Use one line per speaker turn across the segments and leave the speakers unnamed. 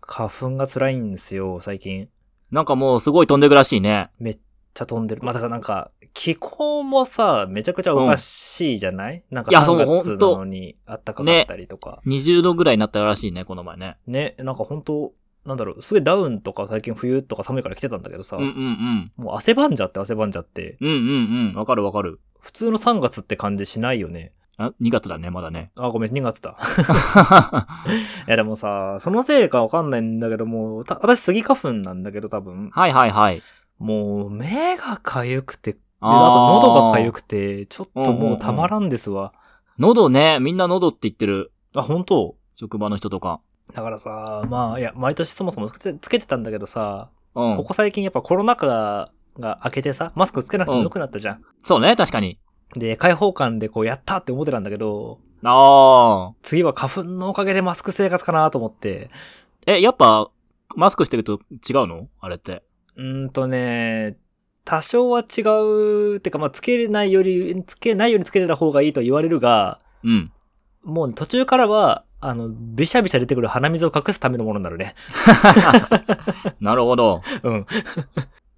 花粉が辛いんですよ、最近。
なんかもうすごい飛んでくらしいね。
めっちゃ飛んでる。まあ、だからなんか、気候もさ、めちゃくちゃおかしいじゃない、なんか
いやそう
3
ほん
月
と
なのに暖かかったりとか。
20度ぐらいになったらしいね、この前ね。
ねなんか本当なんだろう、すごいダウンとか最近冬とか寒いから来てたんだけどさ、
うんうんうん。
もう汗ばんじゃって汗ばんじゃって、
うんうんうん。わかるわかる。
普通の3月って感じしないよね。
あ、2月だね、まだね。
あ、ごめん、2月だ。いやでもさ、そのせいかわかんないんだけど、もう、た私スギ花粉なんだけど多分、
はいはいはい。
もう目がかゆくて、であと
あ
喉がかゆ
く。
くて、ちょっともうたまらんですわ。
喉ね、みんな喉って言ってる。
あ、本当
職場の人とか。
だからさ、まあ、いや、毎年そもそもつけてつけてたんだけどさ、
うん。
ここ最近やっぱコロナ禍が明けてさ、マスクつけなくてもよくなったじゃん。
そうね、確かに。
で、開放感でこう、やったって思ってたんだけど、
ああ。
次は花粉のおかげでマスク生活かなと思って、
え、やっぱ、マスクしてると違うのあれって。
うーんとね、多少は違う、てかまあ、つけれないより、つけないよりつけてた方がいいとは言われるが、
うん。
もう途中からは、あの、びしゃびしゃ出てくる鼻水を隠すためのものになるね。
なるほど。
うん。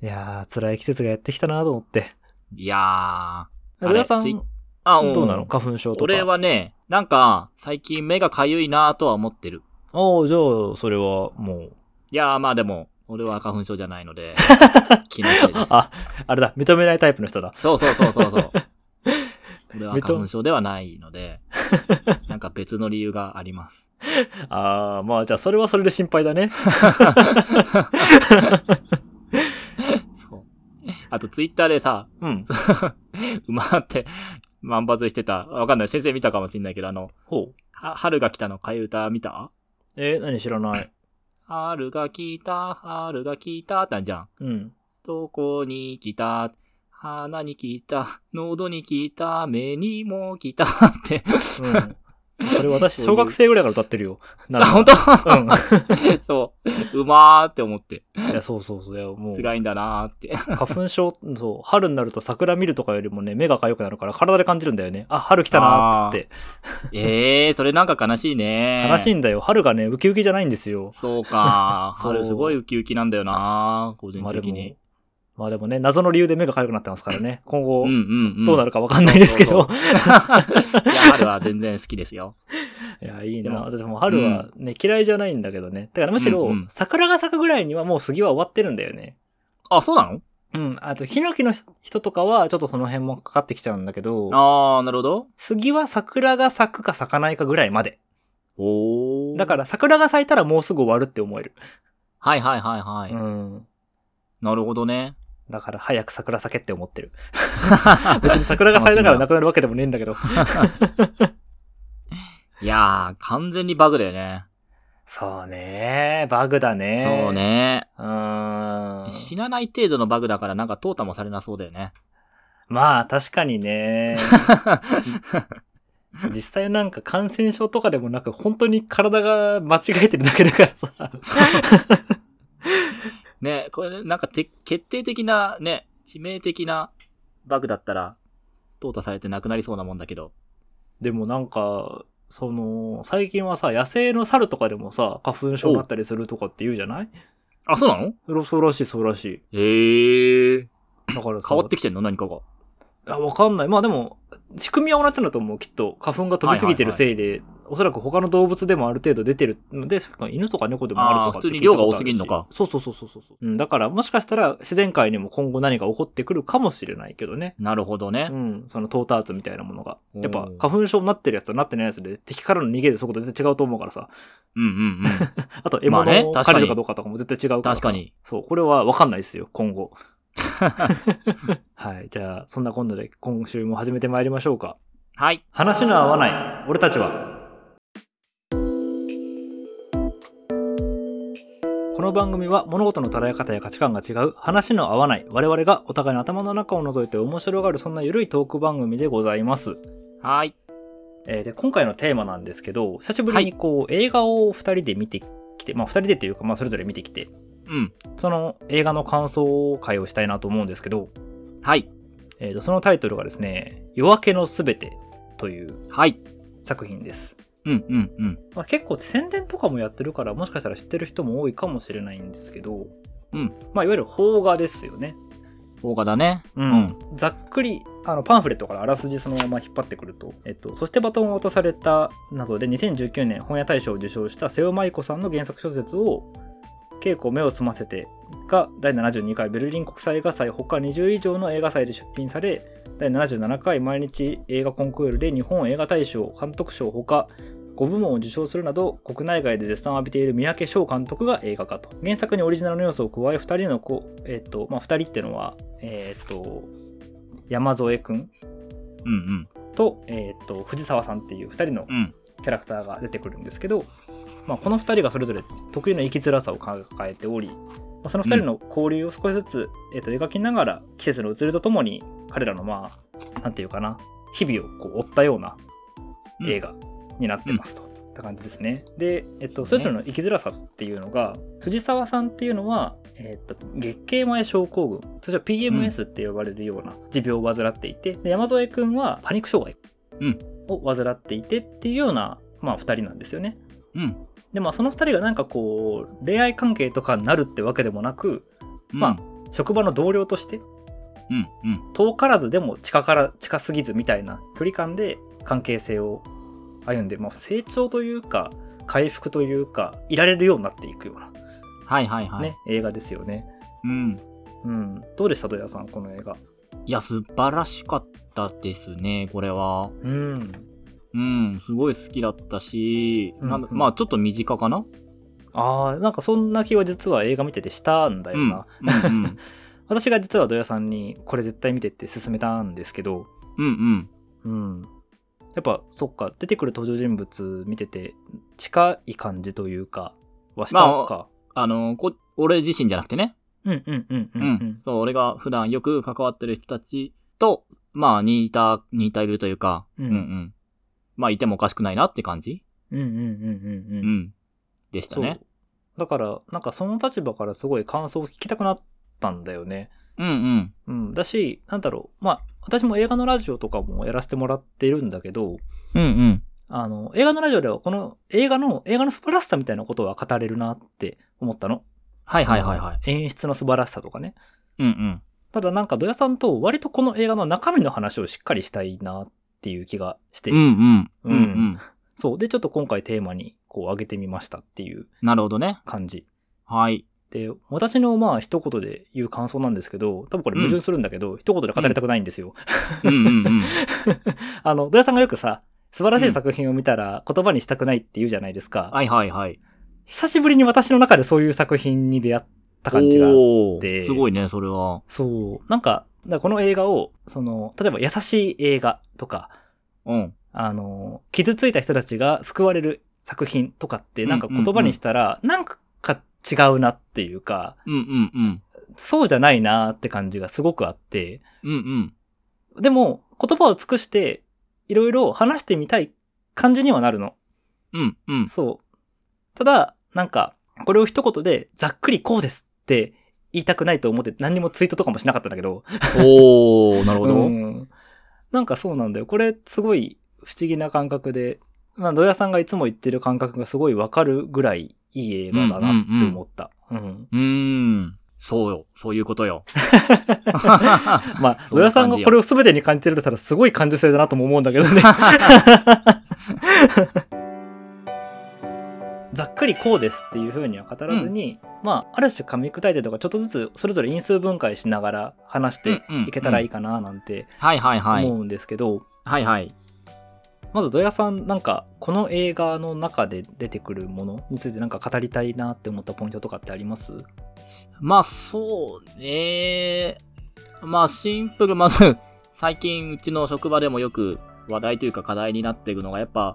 いやー、辛い季節がやってきたなと思って。
いやー。あれ
上田さん
ツイ、あん
どうなの花粉症とか。
俺。はね、なんか、最近目がかゆいなぁとは思ってる。
おうじゃあ、それはもう。
いやーまあでも、俺は花粉症じゃない ので、気のせいです。
あ、あれだ、認めないタイプの人だ。
そうそうそうそうそう。俺は花粉症ではない ので、なんか別の理由があります。
あー、まあじゃあ、それはそれで心配だ ね。
そう。あとツイッターでさ、
うん。
うまって、万抜してた。わかんない。先生見たかもしんないけど、あの、
ほう。
は春が来たの替え歌見た
えー、何知らない。
春が来た、春が来たってあんじゃん。
うん。
どこに来た鼻に来た、喉に来た、目にも来たって。
うん。それ私、
そうい
小
う
学生ぐらいから歌ってるよ。な
あ、本
当
当
うん。
そう。うまーって思って。
いや、そうそうそう。いや、もう
つ、らいんだなーって。
花粉症、そう、春になると桜見るとかよりもね、目が痒くなるから、体で感じるんだよね。あ、春来たなーっつって。
ええー、それなんか悲しいね。
悲しい
い。
んだよ。春がね、ウキウキじゃないんですよ。
そうか。
そう
春すごいウキウキなんだよな個人
まあで
的
も
に。、
まあでもね、謎の理由で目が痒くなってますからね。今後
うん、うんうん。
どうなるかわかんないですけど。
そう そうそう。いや、春は全然好きですよ。
いや、いい
で
な。
も
私も春はね、嫌いじゃないんだけどね。だからむしろ
うんうん、
桜が咲くぐらいにはもう杉は終わってるんだよね。
あ、そうなの
うん。あと、ヒノキの人とかは、ちょっとその辺もかかってきちゃうんだけど、
あー、なるほど。
杉は桜が咲くか咲かないかぐらいまで。
おー。
だか。ら、桜が咲いたらもうすぐ終わるって思える。
はいはいはいはい。
うん。
なるほ どね。
だから、早く桜咲けって思って る。別に桜が咲いたからなくなるわけでもねえんだけど。
いやー、完全にバグだよね。
そうねバグだね
そう。ね。
うーん。
死なない程度のバグだからなんか淘汰もされなそうだよね。
まあ、確かに ね実際なんか感染症とかでもなく、本当に体が間違えてるだけだからさ。
ね、これなんかて決定的なね、致命的なバグだったら淘汰されてなくなりそうなもんだけど。
でもなんか、その、最近はさ、野生の猿とかでもさ、花粉症になったりするとかって言うじゃない
あ、そうなの
そうらしい、そうらしい。
へえ。
だからさ、
変わってきてんの何かが。
あわかんない。まあでも、仕組みは同じなんだと思う。きっと、花粉が飛びすぎてるせいで、おそらく他の動物でもある程度出てるので、確かに犬とか猫でもあるとかって
あー普通に
聞いたこと
量
あ
が多
し
すぎんのか
そうそうそうそうそう。うん、だから、もしかしたら自然界にも今後何か起こってくるかもしれないけどね。
なるほどね
う。ん、そのトーターツみたいなものが。やっ
お
ぱ
ー、
花粉症になってるやつとなってないやつで、敵からの逃げる速度全然違うと思うからさ。
うんうんう
あと、獲
まあ
物
ね
を
確か
狩
に。
れるかどうかとかも絶対違うんからさ
確か。に。
そう、これはわかんないですよ、今 後。はい、じゃあ、そんな今度で今週も始めてまいりましょうか。
はい。
話の合わない俺たちはこの番組は物事の捉え方や価値観が違う話の合わない我々がお互いの頭の中を覗いて面白がるそんなゆるいトーク番組でございます、
はい。
えーで今回のテーマなんですけど久しぶりにこう、映画を2人で見てきてまあ2人でというか、まあ、それぞれ見てきて
うん。
その映画の感想会をしたいなと思うんですけど、
はい。
えーとそのタイトルがですね「夜明けのすべて」という
はい。
作品です
うんうんうん。
まあ、結構宣伝とかもやってるからもしかしたら知ってる人も多いかもしれないんですけど、
うん
まあ、いわゆる邦画ですよね、
邦画だね。
うんざっくりあのパンフレットからあらすじそのまま引っ張ってくると、えっと、そしてバトンを渡されたなどで2019年本屋大賞を受賞した瀬尾舞子さんの原作小説を稽古目を澄ませてが第72回ベルリン国際映画祭他20以上の映画祭で出品され第77回毎日映画コンクールで日本映画大賞監督賞ほか5部門を受賞するなど国内外で絶賛を浴びている三宅翔監督が映画化と原作にオリジナルの要素を加え2人の子えっ、とまあ2人ってのはえっ、と山添くん
うん
と,、えっと藤沢さんっていう2人の
うん。うん。
キャラクターが出てくるんですけど、まあ、この2人がそれぞれ得意の生きづらさを抱えており、まあその2人の交流を少しずつ、えー、と描きながら季節の移りとともに彼らのまあなんていうかな日々をこう追ったような
うん
映画になってますと。って感じですねで、えっと、それぞれの生きづらさっていうのが、藤沢さんっていうのは、えっと、月経前症候群通称 PMS って呼ばれるような持病を患っていて、で山添君はパニック障害を患っていてっていうような、まあ、2人なんですよね。
うん。
でまあその2人がなんかこう恋愛関係とかになるってわけでもなくまあ職場の同僚として
うんうん。
遠からずでも近から近すぎずみたいな距離感で関係性を歩んで、まあ、成長というか回復というかいられるようになっていくような、ね
はいはいはい。
映画ですよね。
うん。
うん、どうでした土屋さんこの映画。
いや、素晴らしかったですね、これは。
うん
うん、すごい好きだったし、
うん
なんだまあちょっと身近かな
あーなんかそんな気は実は映画見ててしたんだ
う
よ
ん。う
な、
んうん。
私が実は土屋さんにこれ絶対見てって勧めたんですけど、
うんうん。
うん、やっぱそっか出てくる登場人物見てて近い感じというかはしたのか、
あの、こ、俺自身じゃなくてね。
うんうんうんう
うんん、
うん
そう、俺が普段よく関わってる人たちと、まあ似た、似たいるというか、
うん
うんうん。まあいてもおかしくないなって感じ
うんうんうんうん
う
うん
ん。でした
そう
ね。
だからなんかその立場からすごい感想を聞きたくなったんだよね
うんうん。
うんだしなんだろうまあ私も映画のラジオとかもやらせてもらってるんだけど
うんうん。
あの映画のラジオではこの映画の映画の素晴らしさみたいなことは語れるなって思ったの
はいはいはいはい。
演出の素晴らしさとかね
うんうん。
ただなんか土屋さんと割とこの映画の中身の話をしっかりしたいなっていう気がして、
うんうん。
うん
うんうん。
そうでちょっと今回テーマにこう上げてみましたっていう
なるほどね。
感じ
はい。
で私のまあ一言で言う感想なんですけど多分これ矛盾するんだけど、一言で語りたくないんですよ、
うんうんうん。
あの土屋さんがよくさ素晴らしい作品を見たら言葉にしたくないって言うじゃないですか、
はいはいはい。
久しぶりに私の中でそういう作品に出会った 感じが
お
て
ーすごいね、それは。
そうなんかだからこの映画をその例えば優しい映画とか
うん。
あの、傷ついた人たちが救われる作品とかって、
うん
なんか言葉にしたら、なんか違うなっていうか、
うんうんうん。
そうじゃないなって感じがすごくあって、
うんうん。
でも、言葉を尽くして、いろいろ話してみたい感じにはなるの。
うんうん。
そう。ただ、なんか、これを一言で、ざっくりこうですって言いたくないと思って、何にもツイートとかもしなかったんだけど、
おー、なるほど。
う
うん
ん、なんかそうなんだよこれすごい不思議な感覚で、まあ、土屋さんがいつも言ってる感覚がすごいわかるぐらいいい映画だなって思った、うん
うん。そうよ。そういうこと よ。
まあ
そ
土屋
んな感じよ
さんがこれを全てに感じてるとしたらすごい感受性だなとも思うんだけ どねざっくりこうですっていうふうには語らずに、まあある種噛み砕いてとかちょっとずつそれぞれ因数分解しながら話していけたらいいかななんて
はいはいはい。
思うんですけど、
はいはい。
まず土屋さんなんかこの映画の中で出てくるものについてなんか語りたいなって思ったポイントとかってあります
まあそうね。まあシンプル、まず、最近うちの職場でもよく話題というか課題になっていくのが、やっぱ、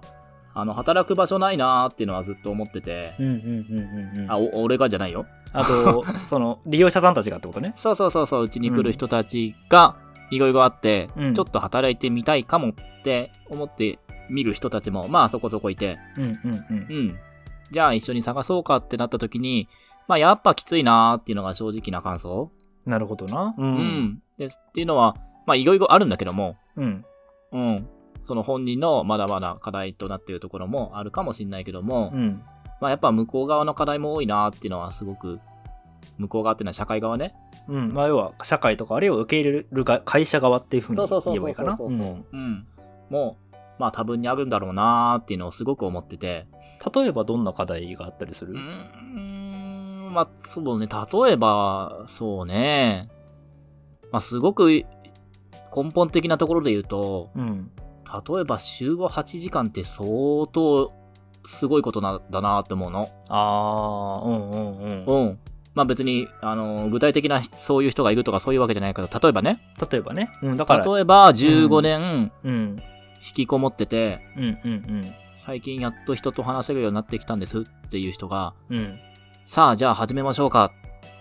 あの、働く場所ないなーっていうのはずっと思ってて。
うんうんうんうんうん
あ、
あ
お俺がじゃないよ。
とその利用者さんたちがってことね
そうそうそうそう、うちに来る人たちがいろいろあって、
うん
ちょっと働いてみたいかもって思って見る人たちも、まあそこそこいて、
うんうんうん
うん。じゃあ一緒に探そうかってなった時に、まあやっぱきついなーっていうのが正直な感想。
なるほどなう
うんん。ですっていうのは、まあいろいろあるんだけども、
うん
うん。その本人のまだまだ課題となっているところもあるかもしれないけども、
うん。
まあやっぱ向こう側の課題も多いなっていうのはすごく、向こう側っていうのは社会側ね。
うん。まあ、要は、社会とか、あるいは受け入れるが会社側っていうふうに言
そうそうそう
え
そ
ばいういか
そう
な。
そう
う
そうんうん。もう、まあ多分にあるんだろうなーっていうのをすごく思ってて。
例えば、どんな課題があったりする
うーん、まあそうね、例えば、そうね、まあすごく根本的なところで言うと、
うん。
例えば週5 8時間って相当すごいことなんだなって思うの。
ああ、うんうんうん。
うん。まあ別に、あの、具体的なそういう人がいるとかそういうわけじゃないけど、例えばね、
例えばね。うん、だから、
例えば15年
うん。
引きこもってて、
うんうん
最近やっと人と話せるようになってきたんですっていう人が、
うん。うん。
さあじゃあ始めましょうか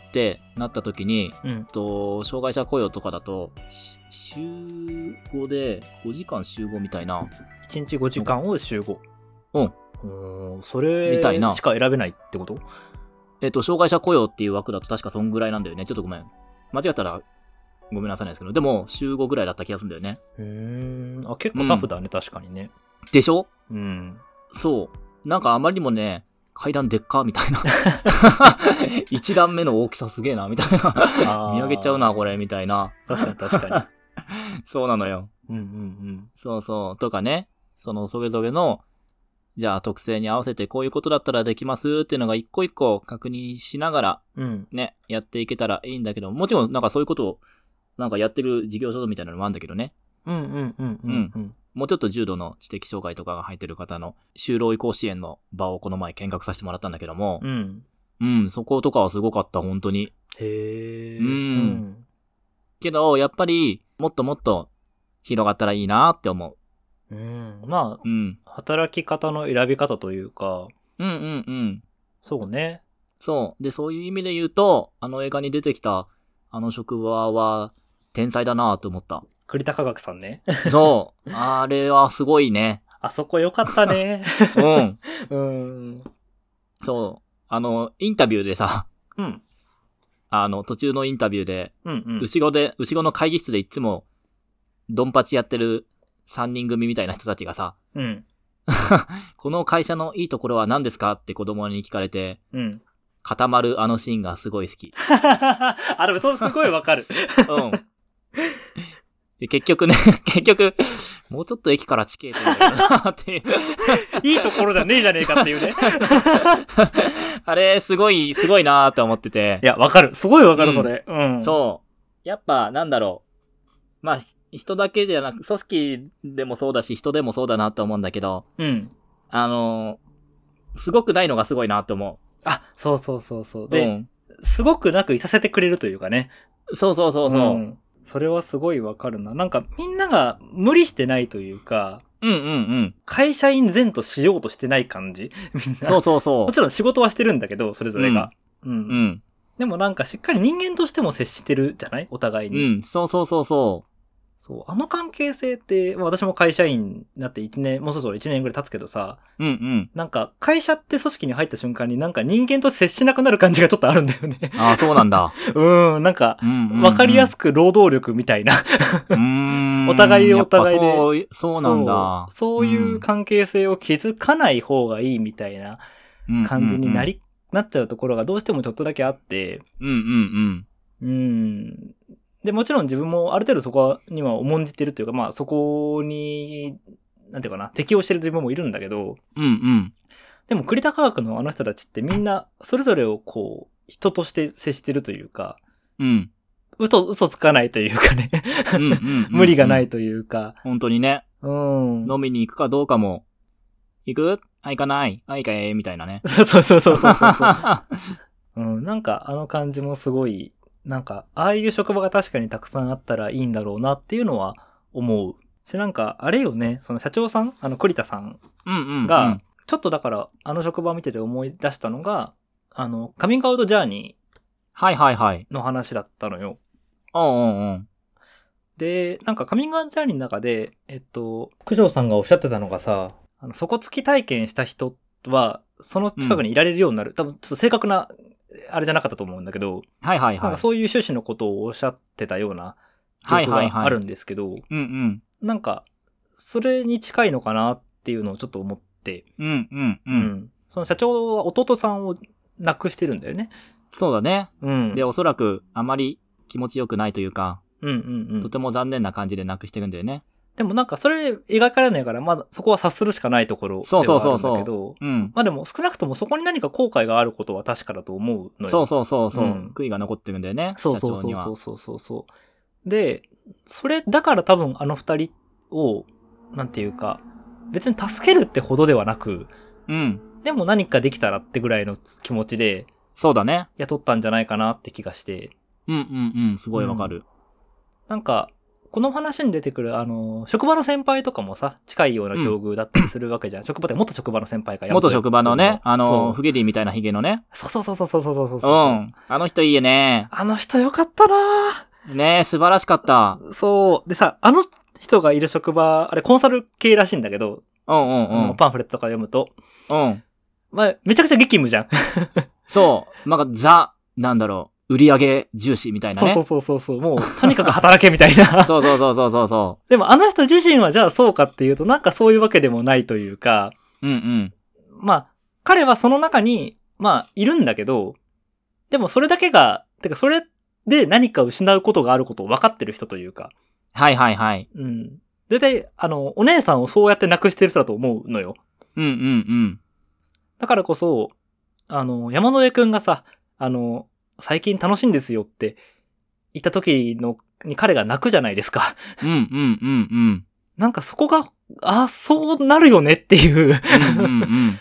ってなった時に、
うん
えっ。と、障害者雇用とかだと、し週5で5時間集合みたいな。
1日5時間を集合。
うん
うん。それ
みたいな
しか選べないってこと
えっと、障害者雇用っていう枠だと確かそんぐらいなんだよね。ちょっとごめん。間違ったらごめんなさいなんですけど、でも週5ぐらいだった気がするんだよね。
うーん。あ、結構タフだね、確かにね。
でしょ
うん。
そう。なんかあまりにもね、階段でっかみたいな。 一段目の大きさすげえな、みたいな。見上げちゃうな、こ
れ。
れ、みたいな。
確かに確か
そうなのよ。
に。うんうん
そうそう。とかね、そのそれぞれの、じゃあ特性に合わせてこういうことだったらできますっていうのが一個一個確認しながら
うん。うん。
ね、やっていけたらいいんだけど、もちろんなんかそういうことをなんかやってる事業所みたいなのもあるんだけどね。
うんうんうんうんうん。
もうちょっと重度の知的障害とかが入ってる方の就労移行支援の場をこの前見学させてもらったんだけども
う、ん。
うん、そことかはすごかった、本当に。
へえ。
うんけど、やっぱり、もっともっと広がったらいいなって思
うん。うん。ま
う。うん。
あ、働き方の選び方というか、
うんうんうん。
そうね。
そう。で、そういう意味で言うと、あの映画に出てきた、あの職場は、天才だなと 思った。
栗田科学さんね。
そう。あれはすごいね。
あそこ良かった ね。
うん。
うん。
そう。あの、インタビューでさ、
うん。
あの、途中のインタビューで、
うんうん。
後ろで、後ろの会議室でいつも、ドンパチやってる3人組みたいな人たちがさ、
うん。
この会社のいいところは何ですかって子供に聞かれて、
うん。
固まるあのシーンがすごい好き。
あ、でもそうすごいわ かる。
うん。で結局ね、 結局、もうちょっと駅から地形とかなっていう。
いいところじゃねえじゃねえかっていうね。
あれ、すごい、す ごいなーって思ってて
い。や、わかる。すごいわか
う
る、
ん
それ。うん。
そう。やっぱ、なんだろう。まあ、ひ人だけじゃなく、組織でもそうだし、人でもそうだなと思うんだけど、
う。うん。
あのーすごくないのがすごいなと思
あ、そうそうそうそう。
う。
で、
うん
すごくなくいさせてくれるというかね。
そうそうそうそう。うん、
んそれはすごいわかるな。なんか、みんなが無理してないというか、
うん、うん
会社員前としようとしてない感じみん
うん
な。
そうそうそ
もちろん仕事はしてるんだけど、それぞれが。うん。
う。うん。
でもなんかしっかり人間としても接してるじゃないお互いうに、
ん。そうそうそうそ
そう。あの関係性って、まあ私も会社員になって1年、もうそろそろ1年ぐらい経つけどさ、
う。うんうん。
なんか会社って組織に入った瞬間になんか人間と接しなくなる感じがちょっとあるんだよね。
ああ、そうなんだ。
うん、なんか、
うんうんうん
わかりやすく労働力みたいな。
うーん
お互いお互いで
やっぱそういそうなんだ。
そうそういうん関係性を築かない方がいいみたいな感じにな。り、なっちゃうところがどうしてもちょっとだけあって、
うんうんうん。
うん。で、もちろん自分もある程度そこには重んじてるというか、まあそこに、なんていうかな、適応してる自分もいるんだけど、
うんうん。
でも栗田科学のあの人たちってみんなそれぞれをこう、人として接してるというか、
うん。
嘘、嘘つかないというかね、
うんうんうんうん。
無理がない。というか、
本当にね、
うん。。
飲みに行くかどうかも、行くあ、行かないあ、行かえみたいなね
そうそうそうそうそうそう そう。
う
うん、なんかあの感じもすごい、なんか、ああいう職場が確かにたくさんあったらいいんだろうなっていうのは思う。し、なんか、あれよね、その社長さん、あの、栗田さん
んうん。
が、、ちょっとだから、あの職場を見てて思い出したのが、あの、カミングアウトジャーニ
はいはいはい。
ーの話だったのよ。
うんうんうん。
で、なんかカミングアウトジャーニーの中で、えっと、九条さんがおっしゃってたのがさ、あの、底付き体験した人は、その近くにいられるようになる。多分、ちょっと正確な、あれじゃなかったと思うんだけど、
はいはい
なん
はい
か。そういう趣旨のことをおっしゃってたような記
はい
憶
はい
が
はい。
あるんですけど、
うんうん。
なんか、それに近いのかなっていうのをちょっと思って、
うん、うん、う。
うんんその社長は弟さんを亡くしてるんだよね。
そうだね。
うん。
で、おそらく、あまり気持ちよくないというか、
うんうんうん
とても残念な感じでなくしてるんだよね。
でもなんかそれ描かれないから、まあそこは察するしかないところで
そう
は
そ
あ
う
る
そ
ん
うそう
だけど、
うん。
まあでも少なくともそこに何か後悔があることは確かだと思うのよ。
そうそうそうそう。
うん
悔いが残ってるんだよね。
そうそう
社長
そ
に
う
は
そうそうそうそう。で、それだから多分あの二人を、なんていうか、別に助けるってほどではなく、
うん。
でも何かできたらってぐらいの気持ちで
そうだね。
雇ったんじゃないかなって気がして、
うんうんうん。すごいわかる。
なんか、この話に出てくる、あの、職場の先輩とかもさ、近いような境遇だったりするわけじゃん。職場って元職場の先輩が
元職場のね、あの、
そ
フゲディみたいなヒゲのね。
うそうそうそうそうそうそうそう
う
そう。
ん。あの人いいよね。
あの人よかったなぁ
ね素晴らしかった。
そう。でさ、あの人がいる職場、あれコンサル系らしいんだけど、
うんうん
あのパンフレットとか読むと、
うん。うん。
まあ、めちゃくちゃ激務じゃん。
そう。なんか、ザ、なんだろう。売り上げ重視みたいな
そう
ね。
そうそうそうそう。もう、とにかく働けみたいな。
そうそうそうそうそうそ
でもあの人自身はじゃあそうかっていうと、なんかそういうわけでもないというか、
う。うんうん。
まあ、彼はその中に、まあ、いるんだけど、でもそれだけが、てかそれで何か失うことがあることを分かってる人というか、
はいはいはい。
うん。絶対、あの、お姉さんをそうやって亡くしてる人だと思うのよ。
うんうんうん。
だからこそ、あの、山添くんがさ、あの、最近楽しいんですよって言った時の、に彼が泣くじゃないですか。
うんうんうんうん。
なんかそこが、あ、そうなるよねっていう
うんうん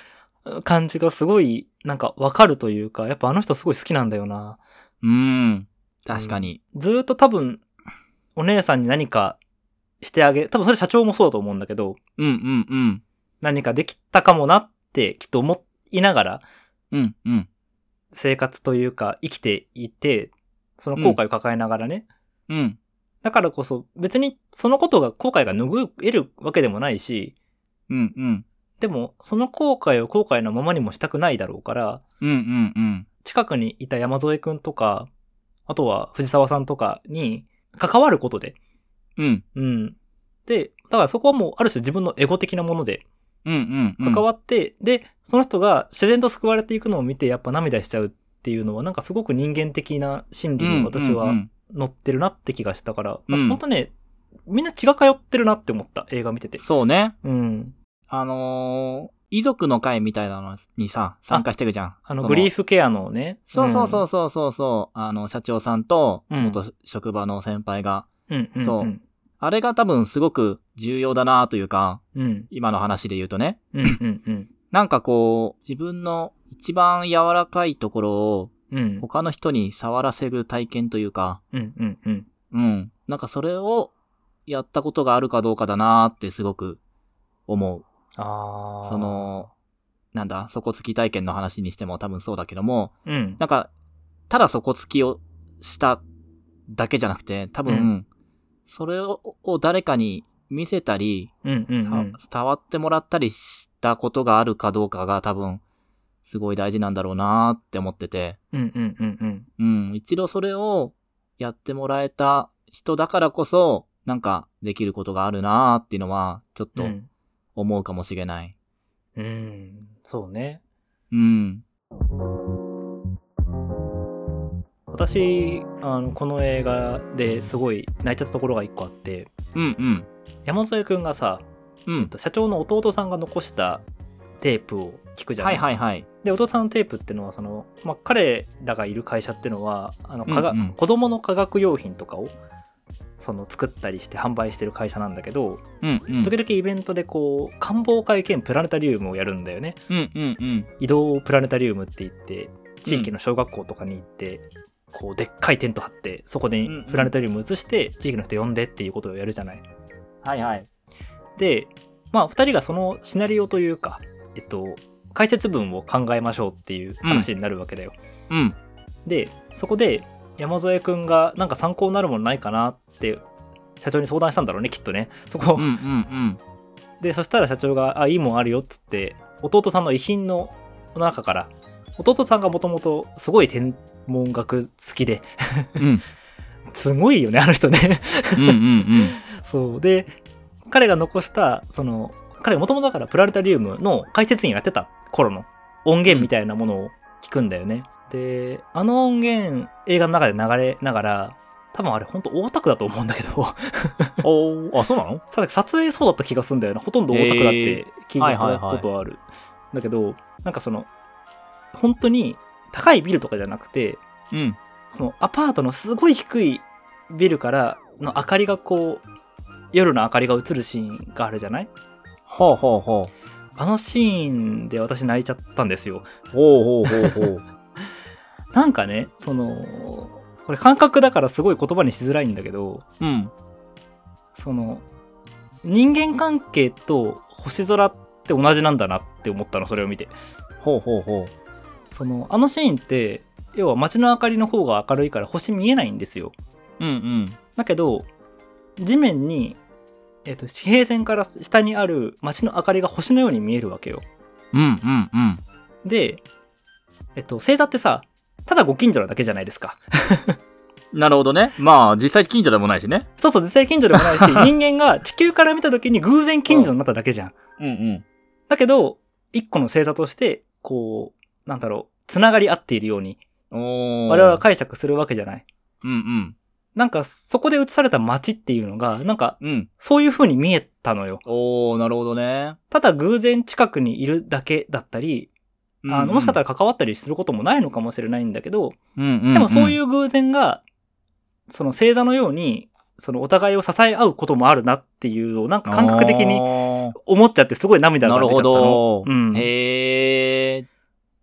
うん。
感じがすごい、なんかわかるというか、やっぱあの人すごい好きなんだよな。
うん。確かに。
ずーっと多分、お姉さんに何かしてあげ、多分それ社長もそうだと思うんだけど、
うんうんうん。
何かできたかもなってきっと思いながら、
うんうん。
生活というか生きていて、その後悔を抱えながらね、
うん。
だからこそ、別にそのことが後悔が拭えるわけでもないし、
うんうん。
でも、その後悔を後悔のままにもしたくないだろうから、
うんうんうん。
近くにいた山添くんとか、あとは藤沢さんとかに関わることで、
うん。
うん。で、だからそこはもうある種自分のエゴ的なもので
うんうん。
関わって、で、その人が自然と救われていくのを見てやっぱ涙しちゃうっていうのはなんかすごく人間的な心理に私
うんう
は
ん
乗ってるなって気がしたから、
うん
本当ね、みんな血が通ってるなって思った、映画見て
うん
て。
そうね。
うん。
あのー、遺族の会みたいなのにさ、参加してるじゃん。
あの、グリー
フ。
フケアのね。
そうそうそうそうそうそう。あの、社長さんと、
うん
元職場の先輩が。
うん。うん。うん。
そう
うん。
あれが多分すごく重要だなというか、
うん。
今の話で言うとね。
うん。うん。うん。
なんかこう、自分の一番柔らかいところを
うん。
他の人に触らせる体験というか、
うん。うん。うん。
うん。なんかそれをやったことがあるかどうかだなーってすごく思う。
ああ。
そ、の、なんだ、底付き体験の話にしても多分そうだけども、
うん。
なんか、ただ底付きをしただけじゃなくて、多分、
う
それをを誰かに見せたり、
うん。うん。
さ伝わってもらったりしたことがあるかどうかが多分、すごい大事なんだろうなーって思ってて。
うん。うん。うん。うん。
うん、一度それをやってもらえた人だからこそ、なんかできることがあるなーっていうのは、ちょっと
うん。
思うかもしれない。
うん。そうね。
うん。
私、あの、この映画ですごい泣いちゃったところが一個あって、
うんうん。
山添くんがさ、
う
えっ
ん。
と社長の弟さんが残したテープを聞くじゃな
はいいはいはい。
でお父さんのテープっていうのはその、まあ、彼らがいる会社っていうのはあの、化学
うんうん
子供の化学用品とかをその作ったりして販売してる会社なんだけど
うんうん。
時々イベントでこう官房会兼プラネタリウムをやるんだよね
うんうんうん。
移動プラネタリウムって言って地域の小学校とかに行って、こうでっかいテント張ってそこで
んうん
プラネタリウム移して地域の人呼んでっていうことをやるじゃない。
はいはい。
でまあ2人がそのシナリオというかえっと解説文を考えましょうっていう話になるわけだよ。
うん。
でそこで山添君がなんか参考になるものないかなって社長に相談したんだろうねきっとねそこ、
うんうん うん。
でそしたら社長が「あいいもんあるよ」っつって弟さんの遺品の中から弟さんがもともとすごい天文学好きで
うん。
すごいよねあの人ね
うんうんうん。
そうで彼が残した、その、彼がもともとだからプラネタリウムの解説員をやってた頃の音源みたいなものを聞くんだよね。で、あの音源映画の中で流れながら、多分あれ本当大田区だと思うんだけど、
おーあ、そうなの
さ撮影そうだった気がするんだよなほとんど大田区だって聞
はい
い
はい
た
はい
ことはある、だけどなんかその本当に高いビルとかじゃなくて
うん。
そのアパートのすごい低いビルからの明かりがこう夜の明かりが映るシーンがあるじゃない
ほうほうほう。
あのシーンで私泣いちゃったんですよ
ほうほうほ うほう。
なんかねそのこれ感覚だからすごい言葉にしづらいんだけど
うん。
その人間関係と星空って同じなんだなって思ったのそれを見て
ほうほうほう。
そのあのシーンって要は街の明かりの方が明るいから星見えないんですよ
うんうん。
だけど地面に、えっと地平線から下にある街の明かりが星のように見えるわけよ
うんうんうん。
で、えっと星座ってさただご近所なだけじゃないですか
なるほどね。まあ、実際近所でもないしね。
そうそう実際近所でもないし 人間が地球から見た時に偶然近所になっただけじゃん
うんうん。
だけど一個の星座としてこうなんだろうつながり合っているように
おー
我々は解釈するわけじゃない
うんうん。
なんかそこで映された街っていうのがなんか
うん。
そういう風に見えたのよ。
おー、なるほどね。
ただ偶然近くにいるだけだったり、あのもしかした
ら、
ら関わったりすることもないのかもしれないんだけど、
うんうんうん、。
でもそういうう偶然が、その星座のように、そのお互いを支え合うこともあるなっていうのをなんか感覚的に
に。
思っちゃってすごい涙
な
が
る
出ちゃっ
ほ
たの。
ど。
うん
へー。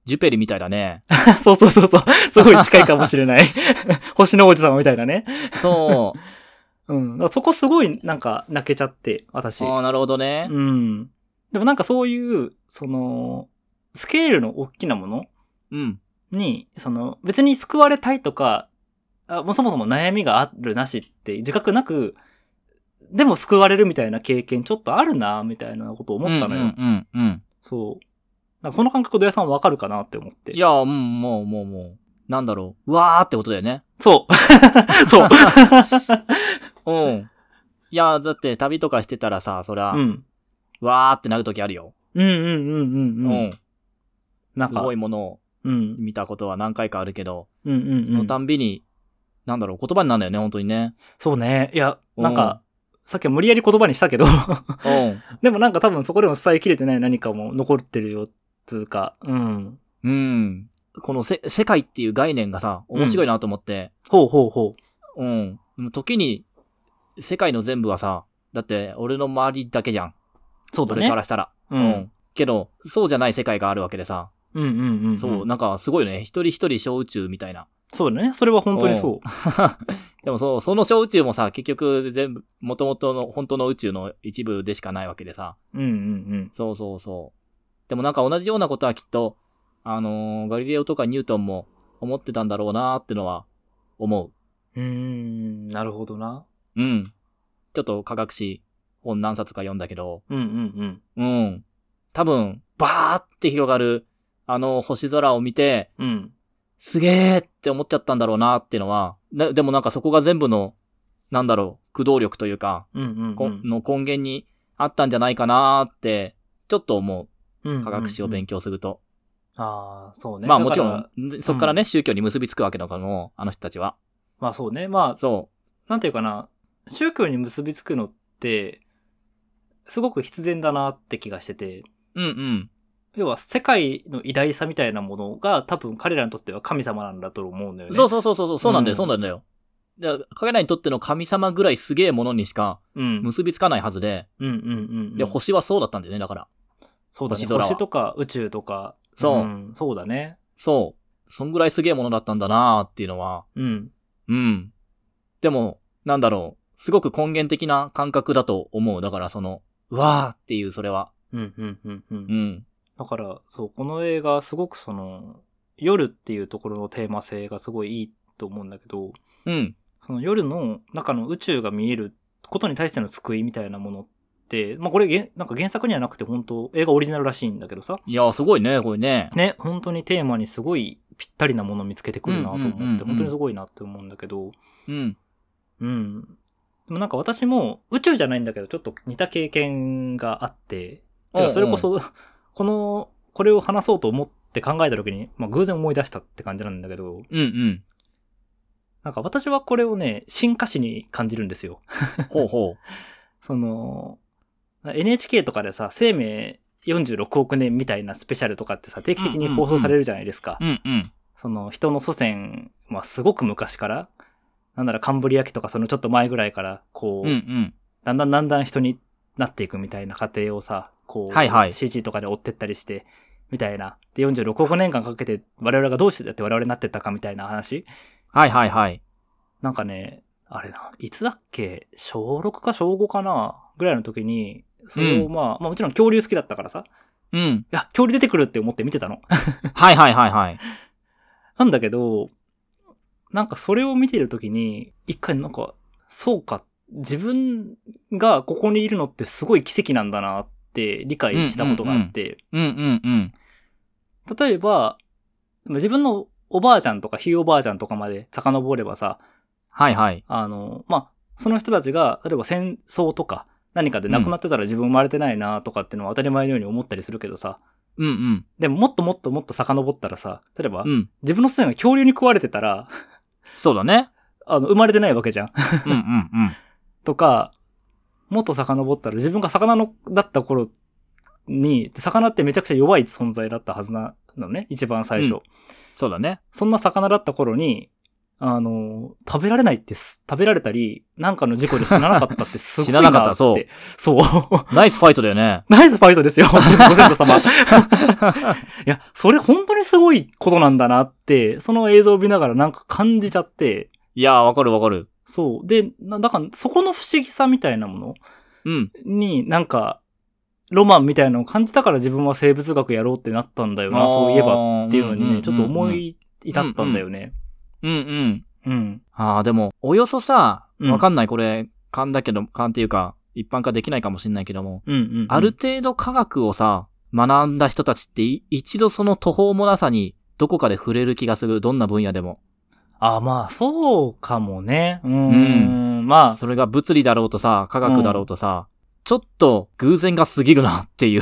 ジュペリみたい だね。
そうそうそうそう。すごい近いかもし れない。星の王子様みたいなね。
そう。
うん。だからそこすごいなんか泣けちゃって、私。
ああ、なるほどね。
うん。でもなんかそういう、その、スケールの大きなもの
うん。
に、その、別に救われたいとか、あもうそもそも悩みがあるなしって自覚なく、でも救われるみたいな経験ちょっとあるな、みたいなことを思ったのよ。
うんうんうんうん。
そう。なんかこの感覚、土屋さんわかるかなって思って
い。や、うん、もうもうもう。なんだろう。うわーってことだよね。
そう。そう。
うん。いや、だって旅とかしてたらさ、そりゃ、
うん。
わーってなるときあるよ。
うんうんうんうん
う
うん。
ん。
なん
す
か、
ごいうものを
ん。
見たことは何回かあるけど、
うんうんうん
そのたんびに、なんだろう、言葉になるんだよね、本当にね。
そうね。いや、
うん
なんか、さっきは無理やり言葉にしたけど、
うん。
でもなんか多分そこでも伝えきれてない何かも残ってるよ、つうか。うん。
うん。このせ、世界っていう概念がさ、面白いなと思って、
ほうほうほ
うん。でも時に、世界の全部はさ、だって俺の周りだけじゃん。
う。そうだ
俺
ね
か。らしたら。
う。。
うんけど、そうじゃない世界があるわけでさ、
うんうんうん。
そう、
な。
なんかすごいよね。一人一人小宇宙みたいな。
そうだね。それは本当にそう。
でもそう、その小宇宙もさ、結局全部、元々の本当の宇宙の一部でしかないわけでさ。
うんうん
そうそうそう。でもなんか同じようなことはきっと、あのーガリレオとかニュートンも思ってたんだろうなーってのは思
うん。うーん、なるほどな。
う。うん。ちょっと科学誌本何冊か読んだけど、
うんうん
うん。多分、バーって広がる、あの星空を見て、
うん。うん。
すげーって思っちゃったんだろうなーってのは、なでもなんかそこが全部の、なんだろう、駆動力というか、
うんうん
この根源にあったんじゃないかなーって、ちょっと思
うん。
う。科学史を勉
強。
強すると。
ああ、そうね。
まあ
だ
も
か
ち
ら
ろん、でそこからね、宗教に結びつくわけだからもう、あの人たちは。
まあそうね。まあ、
そ
なんていうかな。宗教に結びつくのって、すごく必然だなって気がしてて。
う。うんうん。
要は世界の偉大さみたいなものが多分彼らにとっては神様なんだと思うんだよね。
そうそうそうそう、そうなんだよ、
うん
そうなんだよ。だから彼らにとっての神様ぐらいすげえものにしか
うん。うん
結びつかないはずで、
うんうん。
で、星はそうだったんだよね、だから。
そうだね。
星空は
星とか宇宙とか。
そう
うんそうだね。
そう。そんぐらいすげえものだったんだなーっていうのは、
うん。
うん。でも、なんだろう。すごく根源的な感覚だと思う。だからその、うわーっていう、それは。
うんうんうんう。
うんん。
だから、そう、この映画すごくその、夜っていうところのテーマ性がすごいいいと思うんだけど、
うん。
その夜の中の宇宙が見えることに対しての救いみたいなものって、まあこれげん、なんか原作にはなくて本当映画オリジナルらしいんだけどさ、
いやー、すごいね、これね。
ね、本当にテーマにすごいぴったりなものを見つけてくるなと思って、
うんうんうんうん
本当にすごいなって思うんだけど、
うん。
うん。でもなんか私も宇宙じゃないんだけど、ちょっと似た経験があって、
うんうん
それこそ、 この、これを話そうと思って考えた時に、まあ偶然思い出したって感じなんだけど、
うんうん。
なんか私はこれをね、進化史に感じるんですよ。
ほうほう。
その、NHK とかでさ、生命46億年みたいなスペシャルとかってさ、定期的に放送されるじゃないですか。
うんうん。
その人の祖先はすごく昔から、なんならカンブリア紀とかそのちょっと前ぐらいから、こう、
うんうん。
だんだんだんだん人になっていくみたいな過程をさ、こう、
はいはい
CG とかで追ってったりして、みたいな。で、46億年間かけて我々がどうしてだって我々になってったかみたいな話。
はいはいはい。
なんかね、あれな、いつだっけ小6か小5かなぐらいの時に、それを
うん
まあ、まあもちろん恐竜好きだったからさ、
うん。
いや、恐竜出てくるって思って見てたの。
はいはいはいはい。
なんだけど、なんかそれを見てるときに、一回なんか、そうか、自分がここにいるのってすごい奇跡なんだなって理解したことがあって、
うんうんうん。
例えば、自分のおばあちゃんとかひいおばあちゃんとかまで遡ればさ、
はいはい。
あの、まあ、その人たちが、例えば戦争とか何かで亡くなってたら自分生まれてないなとかっていうのは当たり前のように思ったりするけどさ、
うんうん。
でももっともっともっと遡ったらさ、例えば、
うん。
自分の祖先が恐竜に食われてたら、
そうだね。
あの、生まれてないわけじゃん。
うんうんうん。
とか、もっと遡ったら自分が魚のだった頃に、魚ってめちゃくちゃ弱い存在だったはずなのね、一番最初。
うんそうだね。
そんな魚だった頃に、あの、食べられないってす、食べられたり、なんかの事故で死ななかったってすごいなって。
死ななかったそう
そう。そう。
ナイスファイトだよね。
ナイスファイトです よ、本当にご先祖様。いや、それ本当にすごいことなんだなって、その映像を見ながらなんか感じちゃって、
いやー、わかるわかる。
そう。で、なだから、そこの不思議さみたいなもの
うん。
になんか、ロマンみたいなのを感じたから自分は生物学やろうってなったんだよな、そういえば
ば
っていうのにね、ちょっと思。い至ったんだよね。
うんうん。
うん。
ああ、でも、およそさ、
うん
わかんない、これ、勘だけど、勘っていうか、一般化できないかもしれないけども、
うんうんうん。
ある程度科学をさ、学んだ人たちってい、一度その途方もなさに、どこかで触れる気がする、どんな分野でも。
あ、まあ、そうかもね。うーん。まあ、
それが物理だろうとさ、科学だろうとさ、ちょっと偶然が過ぎるなって いう。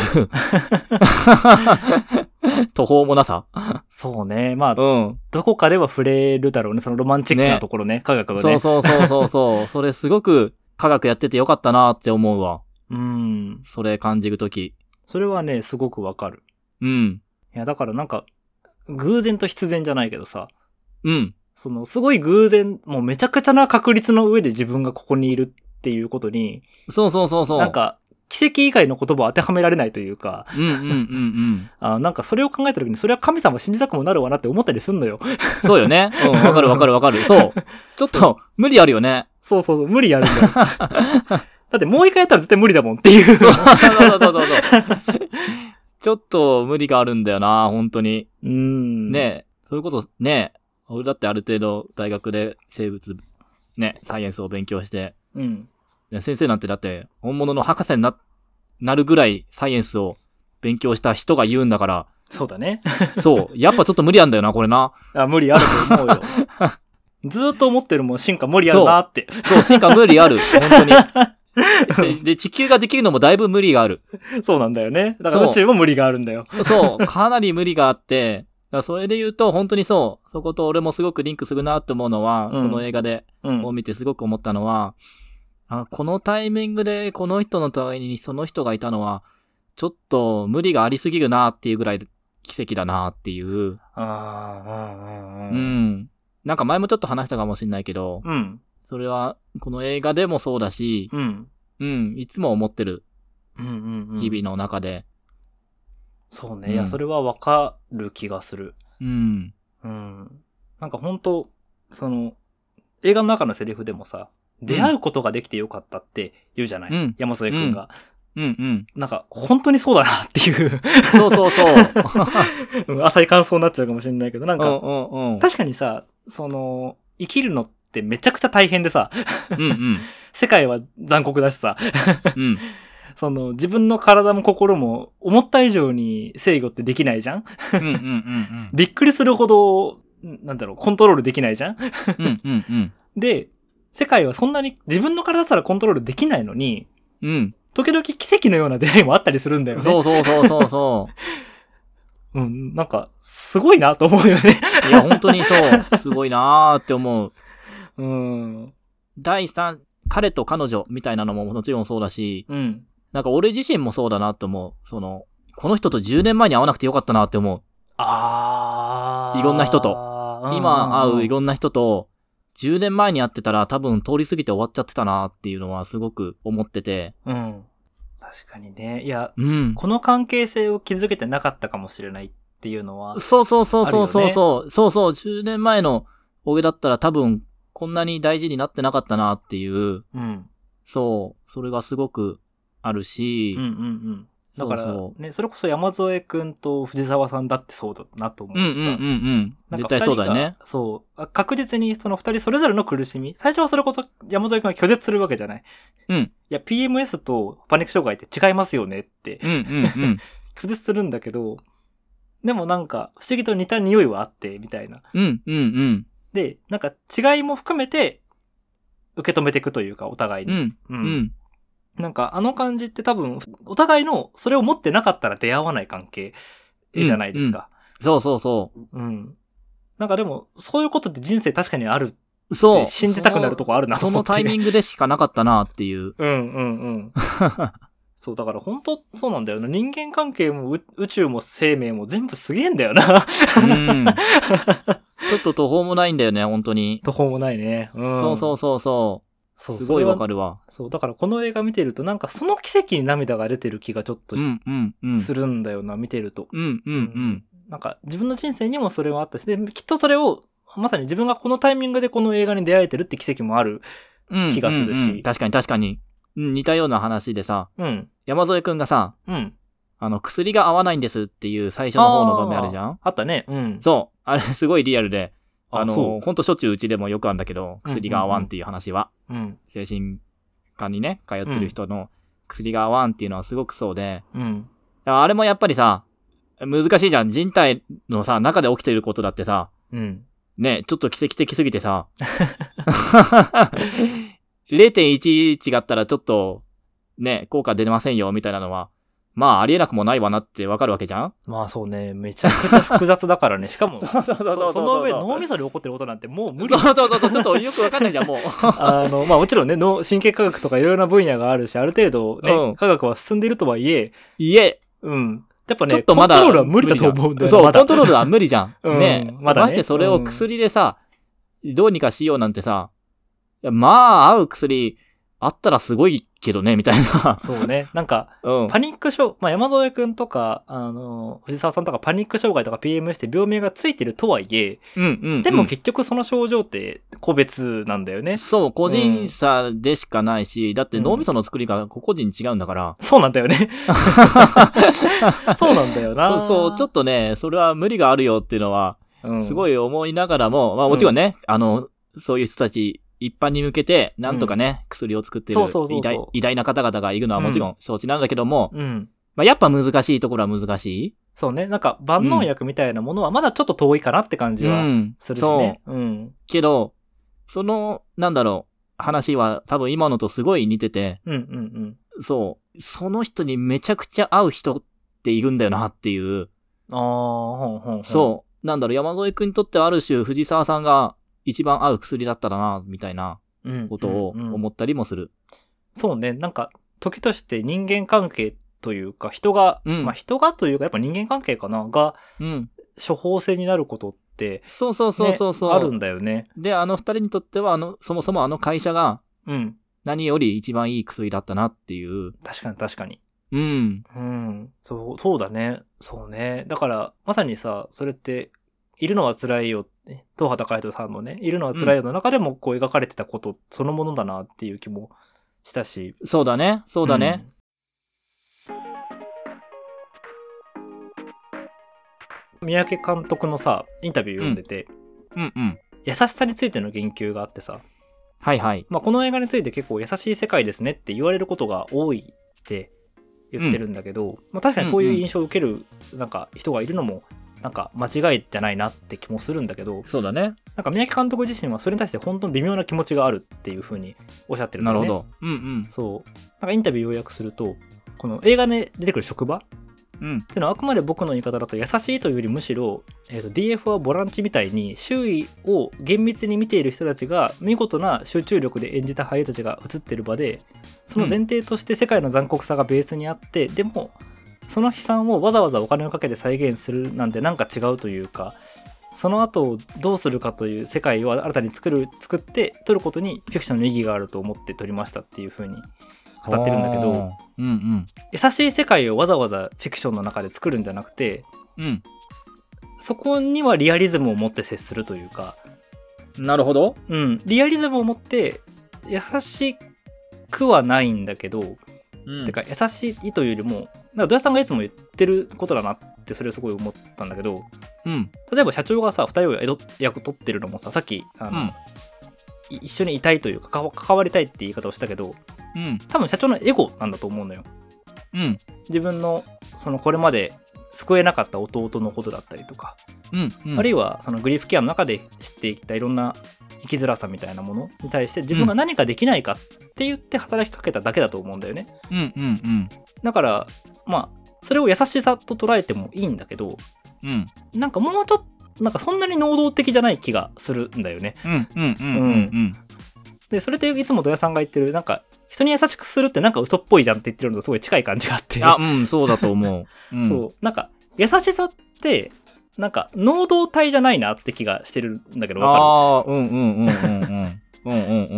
途方もなさ。
そうね。まあ、
うん。
どこかでは触れるだろうね。そのロマンチックな
ね
ところね、科学はね。
そうそうそうそうそう。それすごく科学やっててよかったなって思うわ。
うん。
それ感じるとき。
それはね、すごくわかる。
うん。
いや、だからなんか、偶然と必然じゃないけどさ、
うん。
その、すごい偶然、もうめちゃくちゃな確率の上で自分がここにいるっていうことに、
そうそうそうそう。
なん、か、奇跡以外の言葉を当てはめられないというか、
うんうんうんうん。
あなんかそれを考えた時に、それは神様信じたくもなるわなって思ったりすんのよ。
そうよ ね。うん。わかるわかるわかる。そう。ちょっと、無理あるよね。
そうそうそう、無理やるんだ よ。だってもう一回やったら絶対無理だもんっていう。
そうそうそうそうそう。 ちょっと無理があるんだよな、本当に。
うーん。
ねえ、それこそねえ、俺だってある程度大学で生物、ね、サイエンスを勉強して、
うん。
ね先生なんてだって本物の博士にな、なるぐらいサイエンスを勉強した人が言うん だから、
そうだね。
そう、やっぱちょっと無理なんだよな、これな。
あ無理あると思 うよ。ずーっと思ってるもん、進化無理あるなって。
そう、進化無理ある、本当 に。でで、地球ができるのもだいぶ無理がある。
そうなんだよね。だから
そう
宇宙も無理があるんだよ。
そう、かなり無理があって、だからそれで言うと、本当にそう、そこと俺もすごくリンクするなって思うのは、
うん
この映画で、
うん
を。見てすごく思ったのは、あこのタイミングでこの人のためにその人がいたのは、ちょっと無理がありすぎるなっていうぐらい奇跡だなっていう。
ああ、
う
うんうん
ん。なんか前もちょっと話したかもしれないけど、
うん。うん。
それはこの映画でもそうだし、
うん。
うん、いつも思ってる
うんうんうん。
日々の中で。
そう
う
ね。
ん
いや、それはわかる気がする。
うん。
うん。なんか本当その、映画の中のセリフでもさ、出会うことができてよかったって言うじゃない、
うん
山添くんが。
うんうん。
なんか、本当にそうだなっていう、
そうそうそう。
うん浅い感想になっちゃうかもしれないけど、なん
う
か
ん、うんうん。
確かにさ、その、生きるのってめちゃくちゃ大変でさ、
うんうん。
世界は残酷だしさ、
うん。
その、自分の体も心も思った以上に制御ってできないじゃん
うんうんうん
びっくりするほど、んなんだろう、コントロールできないじゃん
うん。うんうんうん。
で、世界はそんなに自分の体すらコントロールできないのに、
うん。
時々奇跡のような出会いもあったりするんだよね。
そうそうそうそうそう。
うん、なんか、すごいなと思うよね。
いや、本当にそう、 すごいなーって思う。
うん。
第三、彼と彼女みたいなのももちろんそうだし、
うん。
なんか俺自身もそうだなと思う。その、この人と10年前に会わなくてよかったなって思う。
あー
いろんな人と。
うん
今会うい
ん
ろんな人と、10年前に会ってたら多分通り過ぎて終わっちゃってたなっていうのはすごく思ってて。
な。うん。確かにね。いや、
うん。
この関係性を築けてなかったかもしれないっていうのは。
そうそうそうそうそう
あ
そう、そうそう、10年前の俺だったら多分こんなに大事になってなかったなっていう、
うん。
そう、それがすごくあるし、
うんうんうん。だから、
そうそう
ね、それこそ山添くんと藤沢さんだってそうだなと思う
うんうん
し
う
さ。
んうん。
なん
絶
か
対そうだよね
二人。が。そうあ。確実にその二人それぞれの苦しみ。最初はそれこそ山添くんが拒絶するわけじゃない。
うん
いや、PMS とパニック障害って違いますよねって
うんうんうん。
拒絶するんだけど、でもなんか不思議と似た匂いはあって、みたいな。
うんうんうん。
で、なんか違いも含めて受け止めていくというか、お互いうに。
ん
う
うんん。
なんかあの感じって多分、お互いのそれを持ってなかったら出会わない関係じゃないですか。
そうそうそ
うん。なんかでも、そういうことって人生確かにあるっ
う。そ
て
う。
信じたくなるとこあるなと
そ
思
の
って。
タイミ
ング。
ングでしかなかったなっていう。
うんうん うん。そう、だから本当そうなんだよな。人間関係もう宇宙も生命も全部すげえんだよな。
うん。ちょっと途方もないんだよね、本当に。
途方もないね。うん。
そうそううそうそ。
そうう。
すごいわか
る。
るわ。
そう、だからこの映画見てるとなんかその奇跡に涙が出てる気がちょっと
う
し
んうんうん。
するんだよな、見てると。
うんうんうん。
なんか自分の人生にもそれはあったし、で、きっとそれを、まさに自分がこのタイミングでこの映画に出会えてるって奇跡もある。
うん
気がするし
うんうん確かに確かに。うん似たような話でさ、
うん。
山添くんがさ、
うん。
あの、薬が合わないんですっていう最初の方の場面あるじゃん
あったね。うん。
そう。あれすごいリアルで、
あ
あの、
そ
ほんとしょっちゅううちでもよくあるんだけど、薬が合わんっていう話は。
うん。
精神科にね、通ってる人の薬が合わんっていうのはすごくそうで、
うん。
だからあれもやっぱりさ、難しいじゃん。人体のさ、中で起きていることだってさ、
うん。
ね、ちょっと奇跡的すぎてさ、0.1違ったらちょっと、ね、効果出ませんよ、みたいなのは、まあ、ありえなくもないわなってわかるわけじゃん
まあそうね、めちゃくちゃ複雑だ からね。しかも、
う そう
そその上脳み
そ
そで起こってることなんてもう無理。
そうそうそう、ちょっとよくわかんないじゃん、もう。
あの、まあもちろんね、脳、神経科学とかいろいろな分野があるし、ある程度ね、
うん
科学は進んでいるとはいえ、
いえ、
うん。やっぱね、
ちょっとまだ。
コントロールは無理だと思うんだよね
そう、
まだ
コントロールは無理じゃん。
うん
ね
まだね
してそれを薬でさ、どうにかしようなんてさ、いやまあ、合う薬、あったらすごいけどね、みたいな。
そうね。なんか、
うん。
パニック症、まあ、山添くんとか、あの、藤沢さんとかパニック障害とか PM して病名がついてるとはいえ、
うんうんうん
でも結局その症状って個別なんだよね。
そう、個人差でしかないし、だって脳みその作りが個々人違うんだから。
そうなんだよね。そうなんだよな。
そうそう、ちょっとね、それは無理があるよっていうのは、
うん
すごい思いながらも、まあもちろんね、あの、そういう人たち、一般に向けて、なんとかね、薬を作ってる
そうそうそうそう
偉大偉大な方々がいるのはもちろん承知なんだけども、
うん。
まあやっぱ難しいところは難し
そうね。なんか万能薬みたいなものはまだちょっと遠いかなって感
い。
じは
ん
するし
そ
ね。うん。
う。けど、その、なんだろう、話は多分今のとすごい似てて、
うんうんうん。
そう、その人にめちゃくちゃ合う人っているんだよなっていう、
ああ、ほんほんほん。
そう、なんだろう、山添くんにとってはある種藤沢さんが一番合う薬だったらな、みたいな
うん。うん
ことを思
うん
ったりもする。
そうね。なんか、時として人間関係というか、人が、
うん
まあ人がというか、やっぱ人間関係かな、が、
うん。
処方箋になることって、ね
そうそうそうそうそう。
あるんだよね。
で、あの二人にとっては、あの、そもそもあの会社が
うん。
何より一番いい薬だったなっていう。
確かに確かに。
うん。
うん。そう、そうだね。そうね。だから、まさにさ、それって、いるのは辛いよって、東畑海人さんのね、いるのは辛いよの中でもこう描かれてたことそのものだなっていう気もしたし。
そうだね。そうだね。
うん。三宅監督のさ、インタビュー読んでて、
うん、うん。
優しさについての言及があってさ、
はいはい。
まあ、この映画について結構優しい世界ですねって言われることが多いって言ってるんだけど、まあ、確かにそういう印象を受けるなんか人がいるのもなんか間違いじゃないなって気もするんだけど
そうだね。
なんか三宅監督自身はそれに対して本当に微妙な気持ちがあるっていう風におっしゃってるん
な
だ
る
よ
ほ
ね
ど。うん
そうなんかインタビュー要約するとこの映画で出てくる職場
うん。うん。
ってのはあくまで僕の言い方だと優しいというよりむしろ、えーと DF はボランチみたいに周囲を厳密に見ている人たちが見事な集中力で演じた俳優たちが映ってる場でその前提として世界の残酷さがベースにあって、でもその悲惨をわざわざお金をかけて再現するなんてなんか違うというかその後をどうするかという世界を新たに作る作って撮ることにフィクションの意義があると思って撮りましたっていう風に語ってるんだけど。
あー。うん
優しい世界をわざわざフィクションの中で作るんじゃなくて
うん。
そこにはリアリズムを持って接するというか、
うん。なるほど。
うん、リアリズムを持って優しくはないんだけど、
うん
てか優しいというよりもなんか土屋さんがいつも言ってることだなってそれをすごい思ったんだけど
うん。
例えば社長がさ2人を雇役取ってるのもささっきあ
う
の、
ん。
い一緒にいたいというか関わ関わりたいって言い方をしたけど
うん。
多分社長のエゴなんだと思うのよ。
うん。
自分のそのこれまで救えなかった弟のことだったりとか
うん。
ある
い
いはそのグリーフケアの中で知っていったいろんな生きづらさみたいなものに対して自分が何かできないかって言って働きかけただけだと思うんだよね。
うんうんうん。
だからまあそれを優しさと捉えてもいいんだけど
うん。
なんかもうちょっとなんかそんなに能動的じゃない気がするんだよね。
うんうんうんうん
でそれでいつも土屋さんが言ってるなんか人に優しくするってなんか嘘っぽいじゃんって言ってるのとすごい近い感じがあって
うん。あ、うん、そうだと 思う。うん
そうなんか優しさってなんか能動体じゃないなって気がしてるんだけどわかる
ああ、うんうんうんうんうん。うんうんう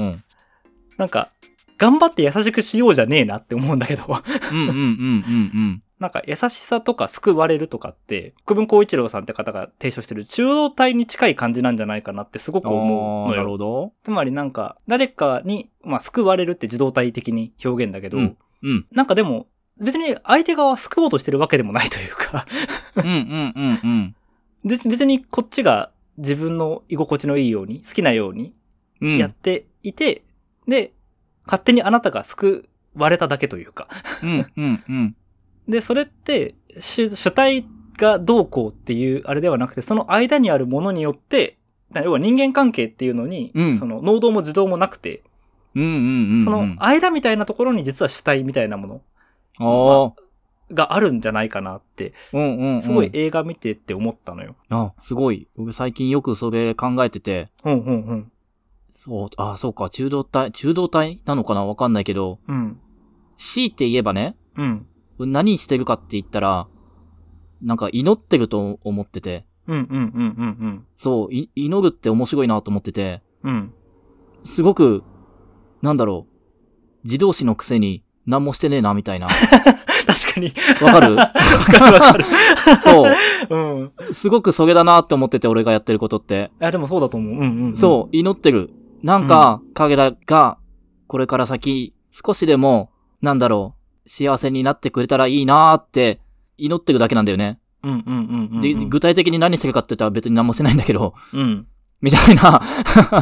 ん。
なんか、頑張って優しくしようじゃねえなって思うんだけど、
うんうんうんうん
なんか優しさとか救われるとかって、国分光一郎さんって方が提唱してる中央体に近い感じなんじゃないかなってすごく
うん。
思うの
ああ、なる
よ。
ほど。
つまりなんか、誰かに、まあ、救われるって受動体的に表現だけど、
うんうん
なんかでも、別に相手側は救おうとしてるわけでもないというか、
うんうんうんうん。
別別にこっちが自分の居心地のいいように、好きなように
うん、
やっていて、で、勝手にあなたが救われただけというか、
うんうんうん。
で、それって主主体がどうこうっていうあれではなくて、その間にあるものによって、だ要は人間関係っていうのに、
うん
その能動も自動もなくて、
うんうんうん。
その間みたいなところに実は主体みたいなもの
ああ、
があるんじゃないかなって、
うんうんうん。
すごい。映画見てって思ったのよ。
あ、すごい。僕最近よくそれ考えてて、
うんうんうん。
そう、あ、そうか、中道体、中道体なのかなわかんないけど、
うん。
強いて言えばね、
うん。
何してるかって言ったら、なんか祈ってると思ってて、
うんうんうんうん
そう、い祈るって面白いなと思ってて、
うん。うん。
すごく、なんだろう、自動詞のくせに何もしてねえな、みたいな。
確かに。
わか る
わかるわかる。
そう。
うん。
すごくそれだなって思ってて、俺がやってることって。
あ、でもそうだと思う。うんうん、うん。
そう、祈ってる。なんか、彼らが、これから先、少しでも、なんだろう、幸せになってくれたらいいなーって、祈ってるだけなんだよね。
う。うんうんうんうん。
で、具体的に何してるかって言ったら別に何もしてないんだけど、
うん。
みたいな。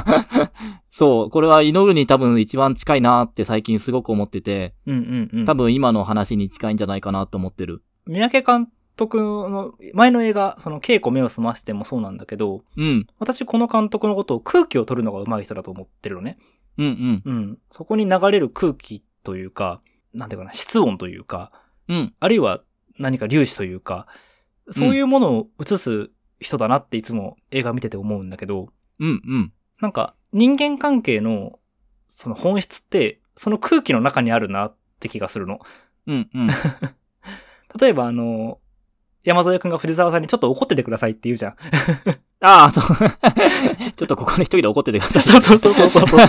そう、これは祈るに多分一番近いなーって最近すごく思ってて、
うんうんうん。
多分今の話に近いんじゃないかなと思ってる。
三宅監督の前の映画、その稽古目を澄ましてもそうなんだけど、
うん、
私この監督のことを空気を取るのが上手い人だと思ってるのね。
うん、うん、
うん。そこに流れる空気というか、なんていうかな、室温というか、
うん、
あるいは何か粒子というか、そういうものを映す人だなっていつも映画見てて思うんだけど、
うん、うん。
なんか人間関係のその本質って、その空気の中にあるなって気がするの。
うん、うん。
例えばあの、山添くんが藤沢さんにちょっと怒っててくださいって言うじゃん。
ああ、そう。 ちょっとここの一人で怒っててください。
そうそうそうそうそう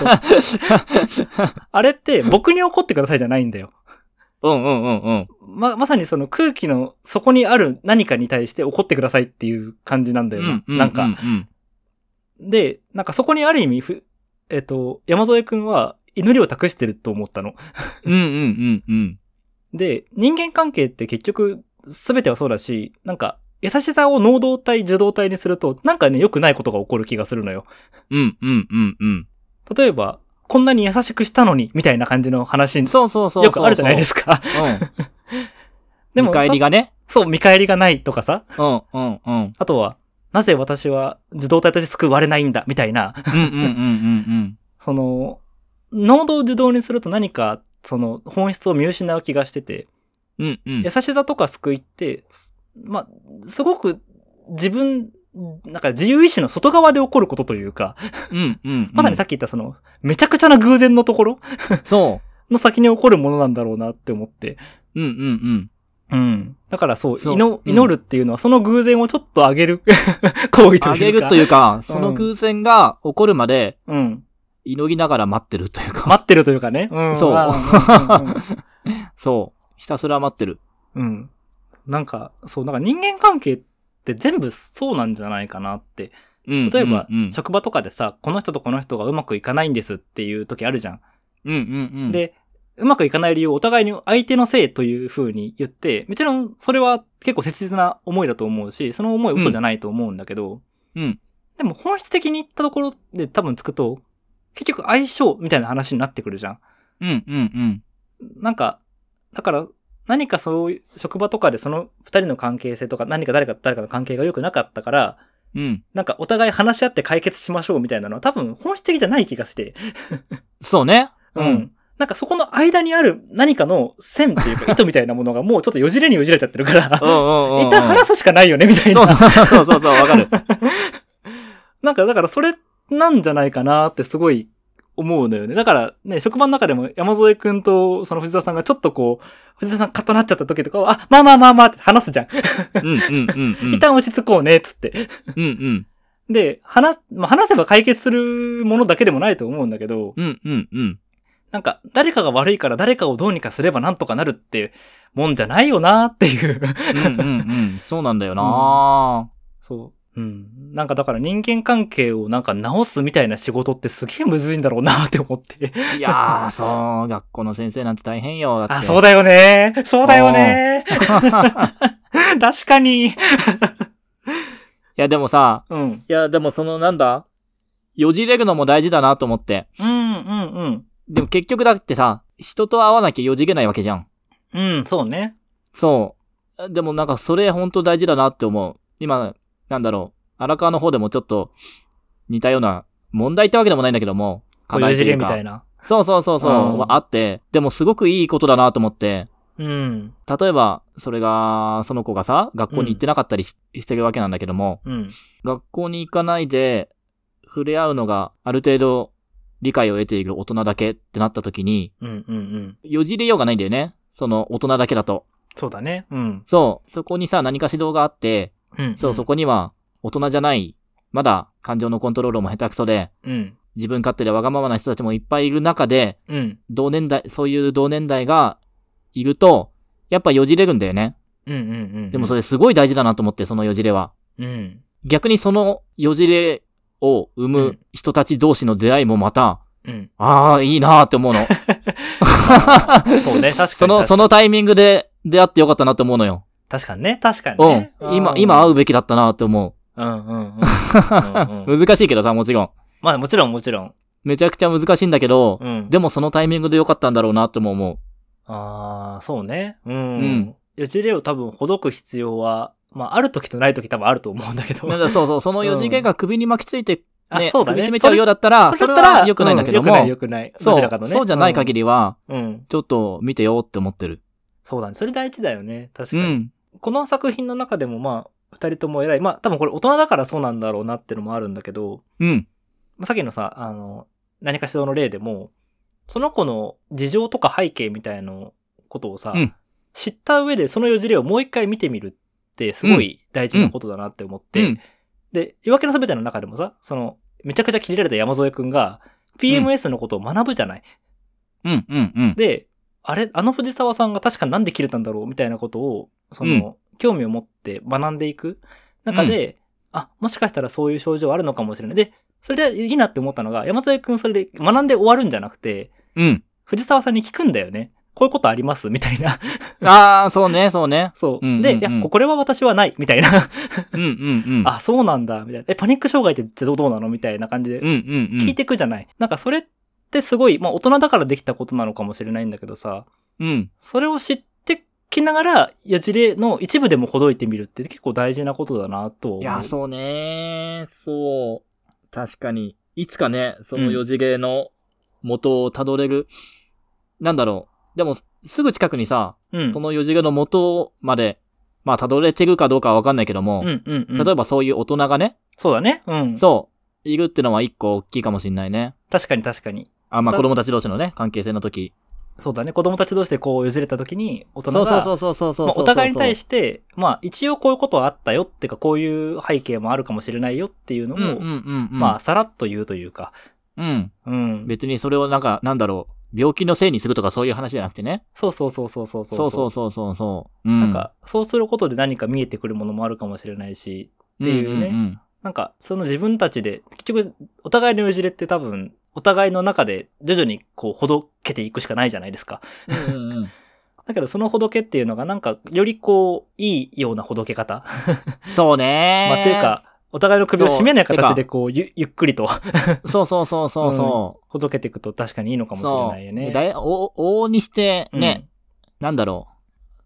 そう。
あれって僕に怒ってくださいじゃないんだよ。
うんうんうんうん。
ま、まさにその空気の底にある何かに対して怒ってくださいっていう感じなんだよな。なん
う
か。
ん
で、なんかそこにある意味ふ、えっ、と、山添くんは祈りを託してると思ったの。
うんうんうん
で、人間関係って結局全てはそうだし、なんか優しさを能動体、受動体にすると、なんかね、良くないことが起こる気がするのよ。
うん。うんうんうんうん。
例えば、こんなに優しくしたのに、みたいな感じの話、
そうそうそうそう。
よくあるじゃないですか。
か。
でも
見返りがね。
そう、見返りがないとかさ、
うん、うん、うん。
あとは、なぜ私は受動体として救われないんだ、みたいな、
うん、うん、うん、うん、
その、能動を受動にすると何か、その、本質を見失う気がしてて、
うん。うん、うん
優。しさとか救いって、すまあ、すごく自分、なんか自由意志の外側で起こることというか、
うん、うん。
まさにさっき言ったその、めちゃくちゃな偶然のところ
そ
の先に起こるものなんだろうなって思って。
う。うん、うん、うん。
うん。だからそう、
そう
祈
うん
祈るっていうのはその偶然をちょっと上げる 行為というか。
あげるというか、その偶然が起こるまで
うん。
祈りながら待ってるというか。
待ってるというかね。うん。
そう
まあ うんうんうん
そう。ひたすら待ってる。
うん。なんか、そう、なんか人間関係って全部そうなんじゃないかなって。
うん。
例えば
うん、、
職場とかでさ、この人とこの人がうまくいかないんですっていう時あるじゃん。
うん、うん、うん。、
で、うまくいかない理由をお互いに相手のせいという風に言って、もちろんそれは結構切実な思いだと思うし、その思い嘘じゃないと思うんだけど、
うん。
でも本質的に言ったところで多分つくと、結局相性みたいな話になってくるじゃん。
うん、うん、うん。
なんか、だから、何かそういう、職場とかでその二人の関係性とか、何か誰かと誰かの関係が良くなかったから、
うん。
なんかお互い話し合って解決しましょうみたいなのは多分本質的じゃない気がして、
そうね。
うん。。なんかそこの間にある何かの線って いうか糸みたいなものがもうちょっとよじれによじれちゃってるから
う、ん、うん、うん。
一旦話すしかないよねみたい
そう
な。
そうそうそうそう、わかる。
なんかだからそれなんじゃないかなってすごい思うのよね。だからね、職場の中でも山添くんとその藤沢さんがちょっとこう、藤沢さんカッとなっちゃった時とかは、あ、まあまあまあまあって話すじゃん。
うん、うん、うん。うん
一旦落ち着こうね、つって。
うん、うん。
で、話、まあ、話せば解決するものだけでもないと思うんだけど、
うん、うん、うん。
なんか、誰かが悪いから誰かをどうにかすればなんとかなるってもんじゃないよなっていう。
うん、うん、うん。そうなんだよな
そう。うん。なんかだから人間関係をなんか直すみたいな仕事ってすげえむずいんだろうなって思って。
いやー、そう、学校の先生なんて大変よ。だって
あ、そうだよね。そうだよね。 確かに。
いや、でもさ、
うん。
いや、でもそのなんだよじれるのも大事だなと思って。
うん、うん、うん。
でも結局だってさ、人と会わなきゃよじれないわけじゃん。
うん、そうね。
そう。でもなんかそれほんと大事だなって思う。今、なんだろう。荒川の方でもちょっと似たような問題ってわけでもないんだけども、
こういうじれみ
か
たいな。
そうそうそうそう、
うん
はあって、でもすごくいいことだなと思って、
うん、
例えば、それが、その子がさ、学校に行ってなかったりし,、してるわけなんだけども、
うん、
学校に行かないで、触れ合うのがある程度理解を得ている大人だけってなった時に、
うん、うん、うん。
よじれようがないんだよね。その大人だけだと。
そうだね。うん。
そう。そこにさ、何か指導があって、
うん、
そう、そこには大人じゃない、まだ感情のコントロールも下手くそで、
うん。
自分勝手でわがままな人たちもいっぱいいる中で、
うん。
同年代、そういう同年代がいると、やっぱよじれるんだよね。
うん。うん。うん。
でもそれすごい大事だなと思って、そのよじれは。
うん。
逆にそのよじれを生
う
む
ん
人たち同士の出会いもまた、
うん。
ああ、いいなーって思うの。
そうね、確かに。
その、そ
の、
のタイミングで出会ってよかったなって思うのよ。
確かにね、確かに
うん
ね。。
今、今会
う。
うべきだったなって思
うんうんうん。うんうん
う。 難しいけどさ、もちろん。
まあもちろんもちろん。
めちゃくちゃ難しいんだけど、
うん。
でもそのタイミングでよかったんだろうなっても思う。
ああ、そうね。う
うん
ん。よちれを多分ほどく必要は、まあある時とない時多分あると思うんだけど。
なんだそうそう、その
うん
4次元が首に巻きついて、
あ
ね、
そうだね
首絞めちゃうようだったら、それは良くないんだけども、
うん良くない良くない。ど
そ
ちらか
う、
とね。
そうじゃない限
り。
りは、
うん。
ちょっと見てよって思ってる。
そうだね。それ大事だよね。確か
う
に。
ん。
この作品の中でもまあ、二人とも偉い。まあ多分これ大人だからそうなんだろうなってのもあるんだけど、
うん。
まあさっきのさ、あの、何かしらの例でも、その子の事情とか背景みたいなことをさ、
うん
知った上でそのよじれをもう一回見てみるってすごい大事なことだなって思って、
うん。
で、夜明けのすべての中でもさ、その、めちゃくちゃキレられた山添くんが、PMS のことを学ぶじゃない。
うん。うん。うん。
で、あれ、あの藤沢さんが確かなんで切れたんだろうみたいなことを、その、興味を持って学んでいく中で、あ、もしかしたらそういう症状あるのかもしれない。で、それでいいなって思ったのが、山添くんそれで学んで終わるんじゃなくて、
うん。
藤沢さんに聞くんだよね。こういうことありますみたいな。
ああ、そうね、そうね。
そう。
うん
で、
うん
い
うん
や、これは私はない。みたいな。
うん。うん。うん。
あ、そうなんだ。みたいな。え、パニック障害ってどうどうなのみたいな感じで
うん。うん。うん。
聞いてくじゃない。なんかそれってすごい、まあ大人だからできたことなのかもしれないんだけどさ、
うん。
それを知ってきながら、いや事例の一部でもほどいてみるって結構大事なことだなとは思う。
いや、そうねそう。確かに。いつかね、その四次元の元をたどれる、なんだろう。でも、すぐ近くにさ、
うん。
その四次元の元まで、まあ、たどれてるかどうかはわかんないけども、
うんうん、うん。
例えばそういう大人がね、
そうだね。うん。
そう、いるってのは一個大きいかもしんないね。
確かに確かに。
あ、まあ、
た
子供たち同士のね、関係性の時。
そうだね。子供たち同士でこう、よじれた時に、大人
そう
が、
そうそうそうそうそうそう。
まあお互いに対
して、
して、まあ、一応こういうことはあったよっていうか、こういう背景もあるかもしれないよっていうの
うんうん
を、
うん、うん。
まあ、、さらっと言うというか、
うん。
うん。
別にそれをなんか、なんだろう、病気のせいにするとかそういう話じゃなくてね。
そうそうそうそうそう
そうそうそうそうそう。な
なん、か、そうすることで何か見えてくるものもあるかもしれないし、
って
いうねなんか、その自分たちで、結局、お互いのよじれって多分、お互いの中で徐々にこう、ほどけていくしかないじゃないですか。だけど、そのほどけっていうのが、なんか、よりこう、いいようなほどけ 方。
そうね。
まあ、というか、、お互いの首を絞めない形で、こう、ゆゆっくりと
そうそうそうそうそ
ほどけていくと確かにいいのか
う。
もしれ
そ
ないよ
う。
ね。
だいお往々にして、
うん
ね、なんだろ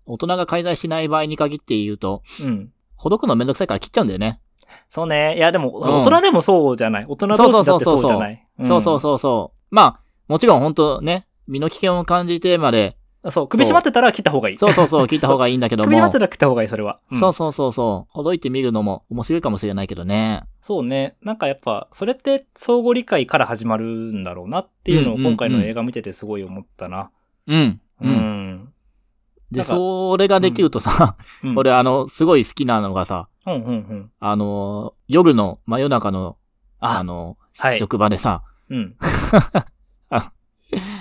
う。大人が介在しない場合に限って言うと、
うん。
ほどくのめんどくさいから切っちゃうんだよね。
そうね。いや、でも、
うん
大人でもそうじゃない。大人同士だってそうじゃない。
そうそ
そ
うそうそう。まあ、もちろん本当ね、身の危険を感じてまで、
うん。そう、首絞まってたら切った方がいい。
そうそうそう、切った方がいいんだけ ど
首絞ま
も
って。たら切った方がいい、それは。ん
そうそうそうそう。ほどいてみるのも面白いかもしれないけどね。
そうね。なんかやっぱ、それって相互理解から始まるんだろうなっていうのを
うんうんうん
今回の映画見ててすごい思ったな。
うん。
う
うん。
ん。
で、
なんか
それができるとさ、
うん。
俺、あの、すごい好きなのがさ、
うんうんうん。
あの、夜の、真夜中の、あ
あ、
の、
はい
職場でさ、
うん。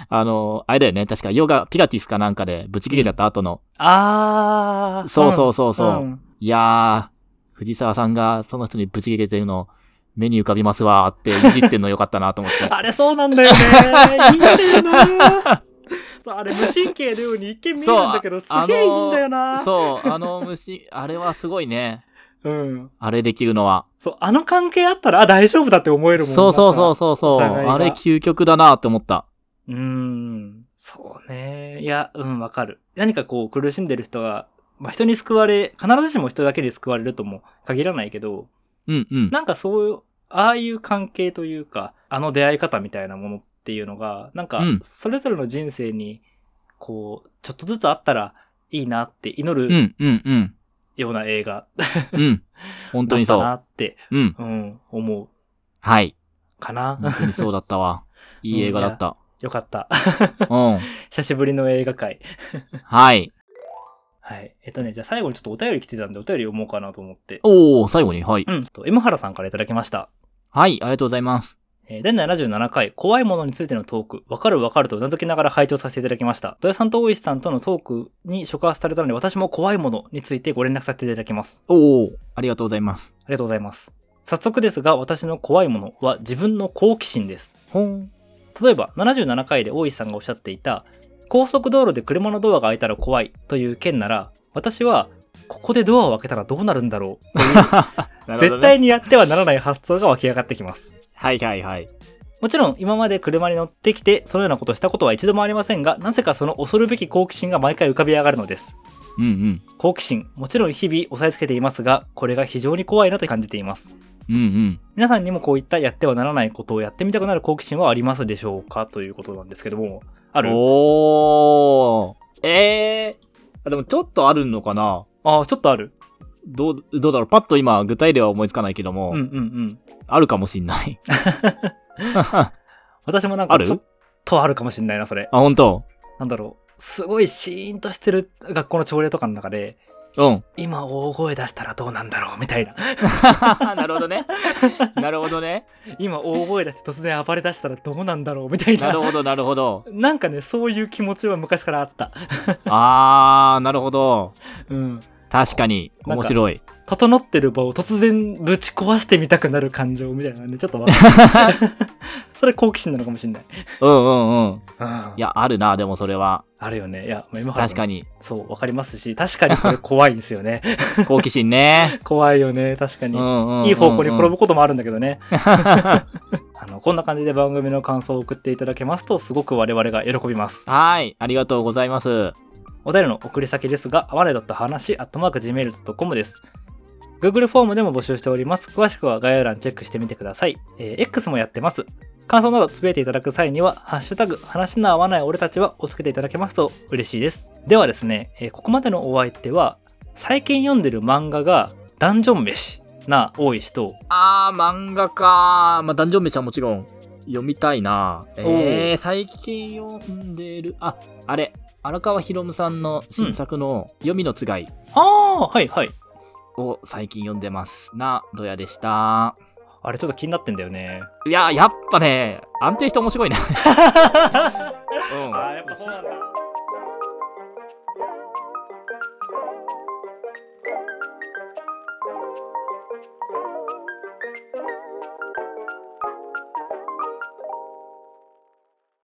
あの、あれだよね、確かヨガ、ピラティスかなんかでぶち切れちゃった後の、
あー。
そうそううそうそう、
ん
いやー、藤沢さんがその人にぶち切れてるの、目に浮かびますわーっていじってんのよかったなと思って。
あれそうなんだよ ね。いいんだよな。そうあれ無神経のように一見見えるんだけど、す
そう
げえいいんだよな。
そう、あの虫、あれはすごいね。
うん。
あれできるのは。
そう、あの関係あったら、あ、大丈夫だって思えるもん
そうそうそう
う。
そうそう。
お互いが
あれ究極だなって思った。
うーん。そうね。いや、うん、わかる。何かこう、苦しんでる人が、まあ、人に救われ、必ずしも人だけで救われるとも限らないけど、
うんうん。
なんかそういう、ああいう関係というか、あの出会い方みたいなものっていうのが、なんか
うん、
それぞれの人生に、こう、ちょっとずつあったらいいなって祈
う
る
んうんうん。
ような映画だっ
うん。本当に
た
そ
な
う。
って、
うん。
うん、思う
はい。
かな。
本当にそうだったわ。いい映画だった。
よかった。
うん。
久しぶりの映画界。
はい。
はい。えっとね、じゃあ最後にちょっとお便り来てたんで、お便り読もうかなと思って。
おー、最後に。はい。
うん。と、M 原さんからいただきました。
はい、ありがとうございます。
えー、第77回、怖いものについてのトーク、わかるわかるとうなずきながら拝聴させていただきました。土屋さんと大石さんとのトークに触発されたので、私も怖いものについてご連絡させていただきます。
おー、ありがとうございます。
ありがとうございます。早速ですが、私の怖いものは自分の好奇心です。
ほん。
例えば、77回で大石さんがおっしゃっていた、高速道路で車のドアが開いたら怖いという件なら、私は、ここでドアを開けたらどうなるんだろう絶対
に。
にやってはならない発想が湧き上がってきます。
はいはいはい。
もちろん今まで車に乗ってきてそのようなことをしたことは一度もありませんがなぜかその恐るべき好奇心が毎回浮かび上がるのです
うんうん。
好奇心もちろん日々抑えつけていますがこれが非常に怖いなと感じています
うん
皆さんにもこういったやってはならないことをやってみたくなる好奇心はありますでしょうかということなんですけどもあ
うん。
る
おー。えー。あでもちょっとあるのかな
ああちょっとある
どう、どうだろうパッと今、具体例は思いつかないけども、
うんうんうん
あるかもし んない。 あ、
私もなんか
ある
ちょっとあるかもしんないなそれ
本当
なんだろうすごいシーンとしてる学校の朝礼とかの中で
うん。
今大声出したらどうなんだろうみたいな
なるほどね。なるほ どね。
今大声出して突然暴れ出したらどうなんだろうみたい
な
な
るほど、なるほど。
なんかねそういう気持ちは昔からあった
あー、なるほど。
うん
確かに、
なんか
面白い。
整ってる場を突然ぶち壊してみたくなる感情みたいなねちょっとわかる それ好奇心なのかもしれない、
うんうんうん。
うん、
いや、あるな、でもそれは。
あるよねいや今
確か
に
に。
そうわかりますし確かにこれ怖いんですよね
好奇心ね。
怖いよ ね確か
うん
に、
うんうんうん。
いい方向に転ぶこともあるんだけどね あのこんな感じで番組の感想を送っていただけますとすごく我々が喜びます
はい、ありがとうございます。
大お便りの送り先ですが、あわれだった話、アットマーク Gmail.com です。Google フォームでも募集しております。詳しくは概要欄チェックしてみてください。えー X もやってます。感想などつぶやいていただく際には、ハッシュタグ、話の合わない俺たちはをつけていただけますと嬉しいです。ではですね、えーここまでのお相手は、最近読んでる漫画がダンジョン飯な多い人、
あー、漫画かー。まあ、ダンジョン飯はもちろん読みたいな。えー、最近読んでる、あ、あれ、荒川博夢さんの新作の読みのつがい
ああ、はいはい。
を最近読んでます。な、ドヤでした。
あれちょっと気になってんだよ ね。
いや、やっぱね、安定して面白いな。うん
やっぱそうなんだ。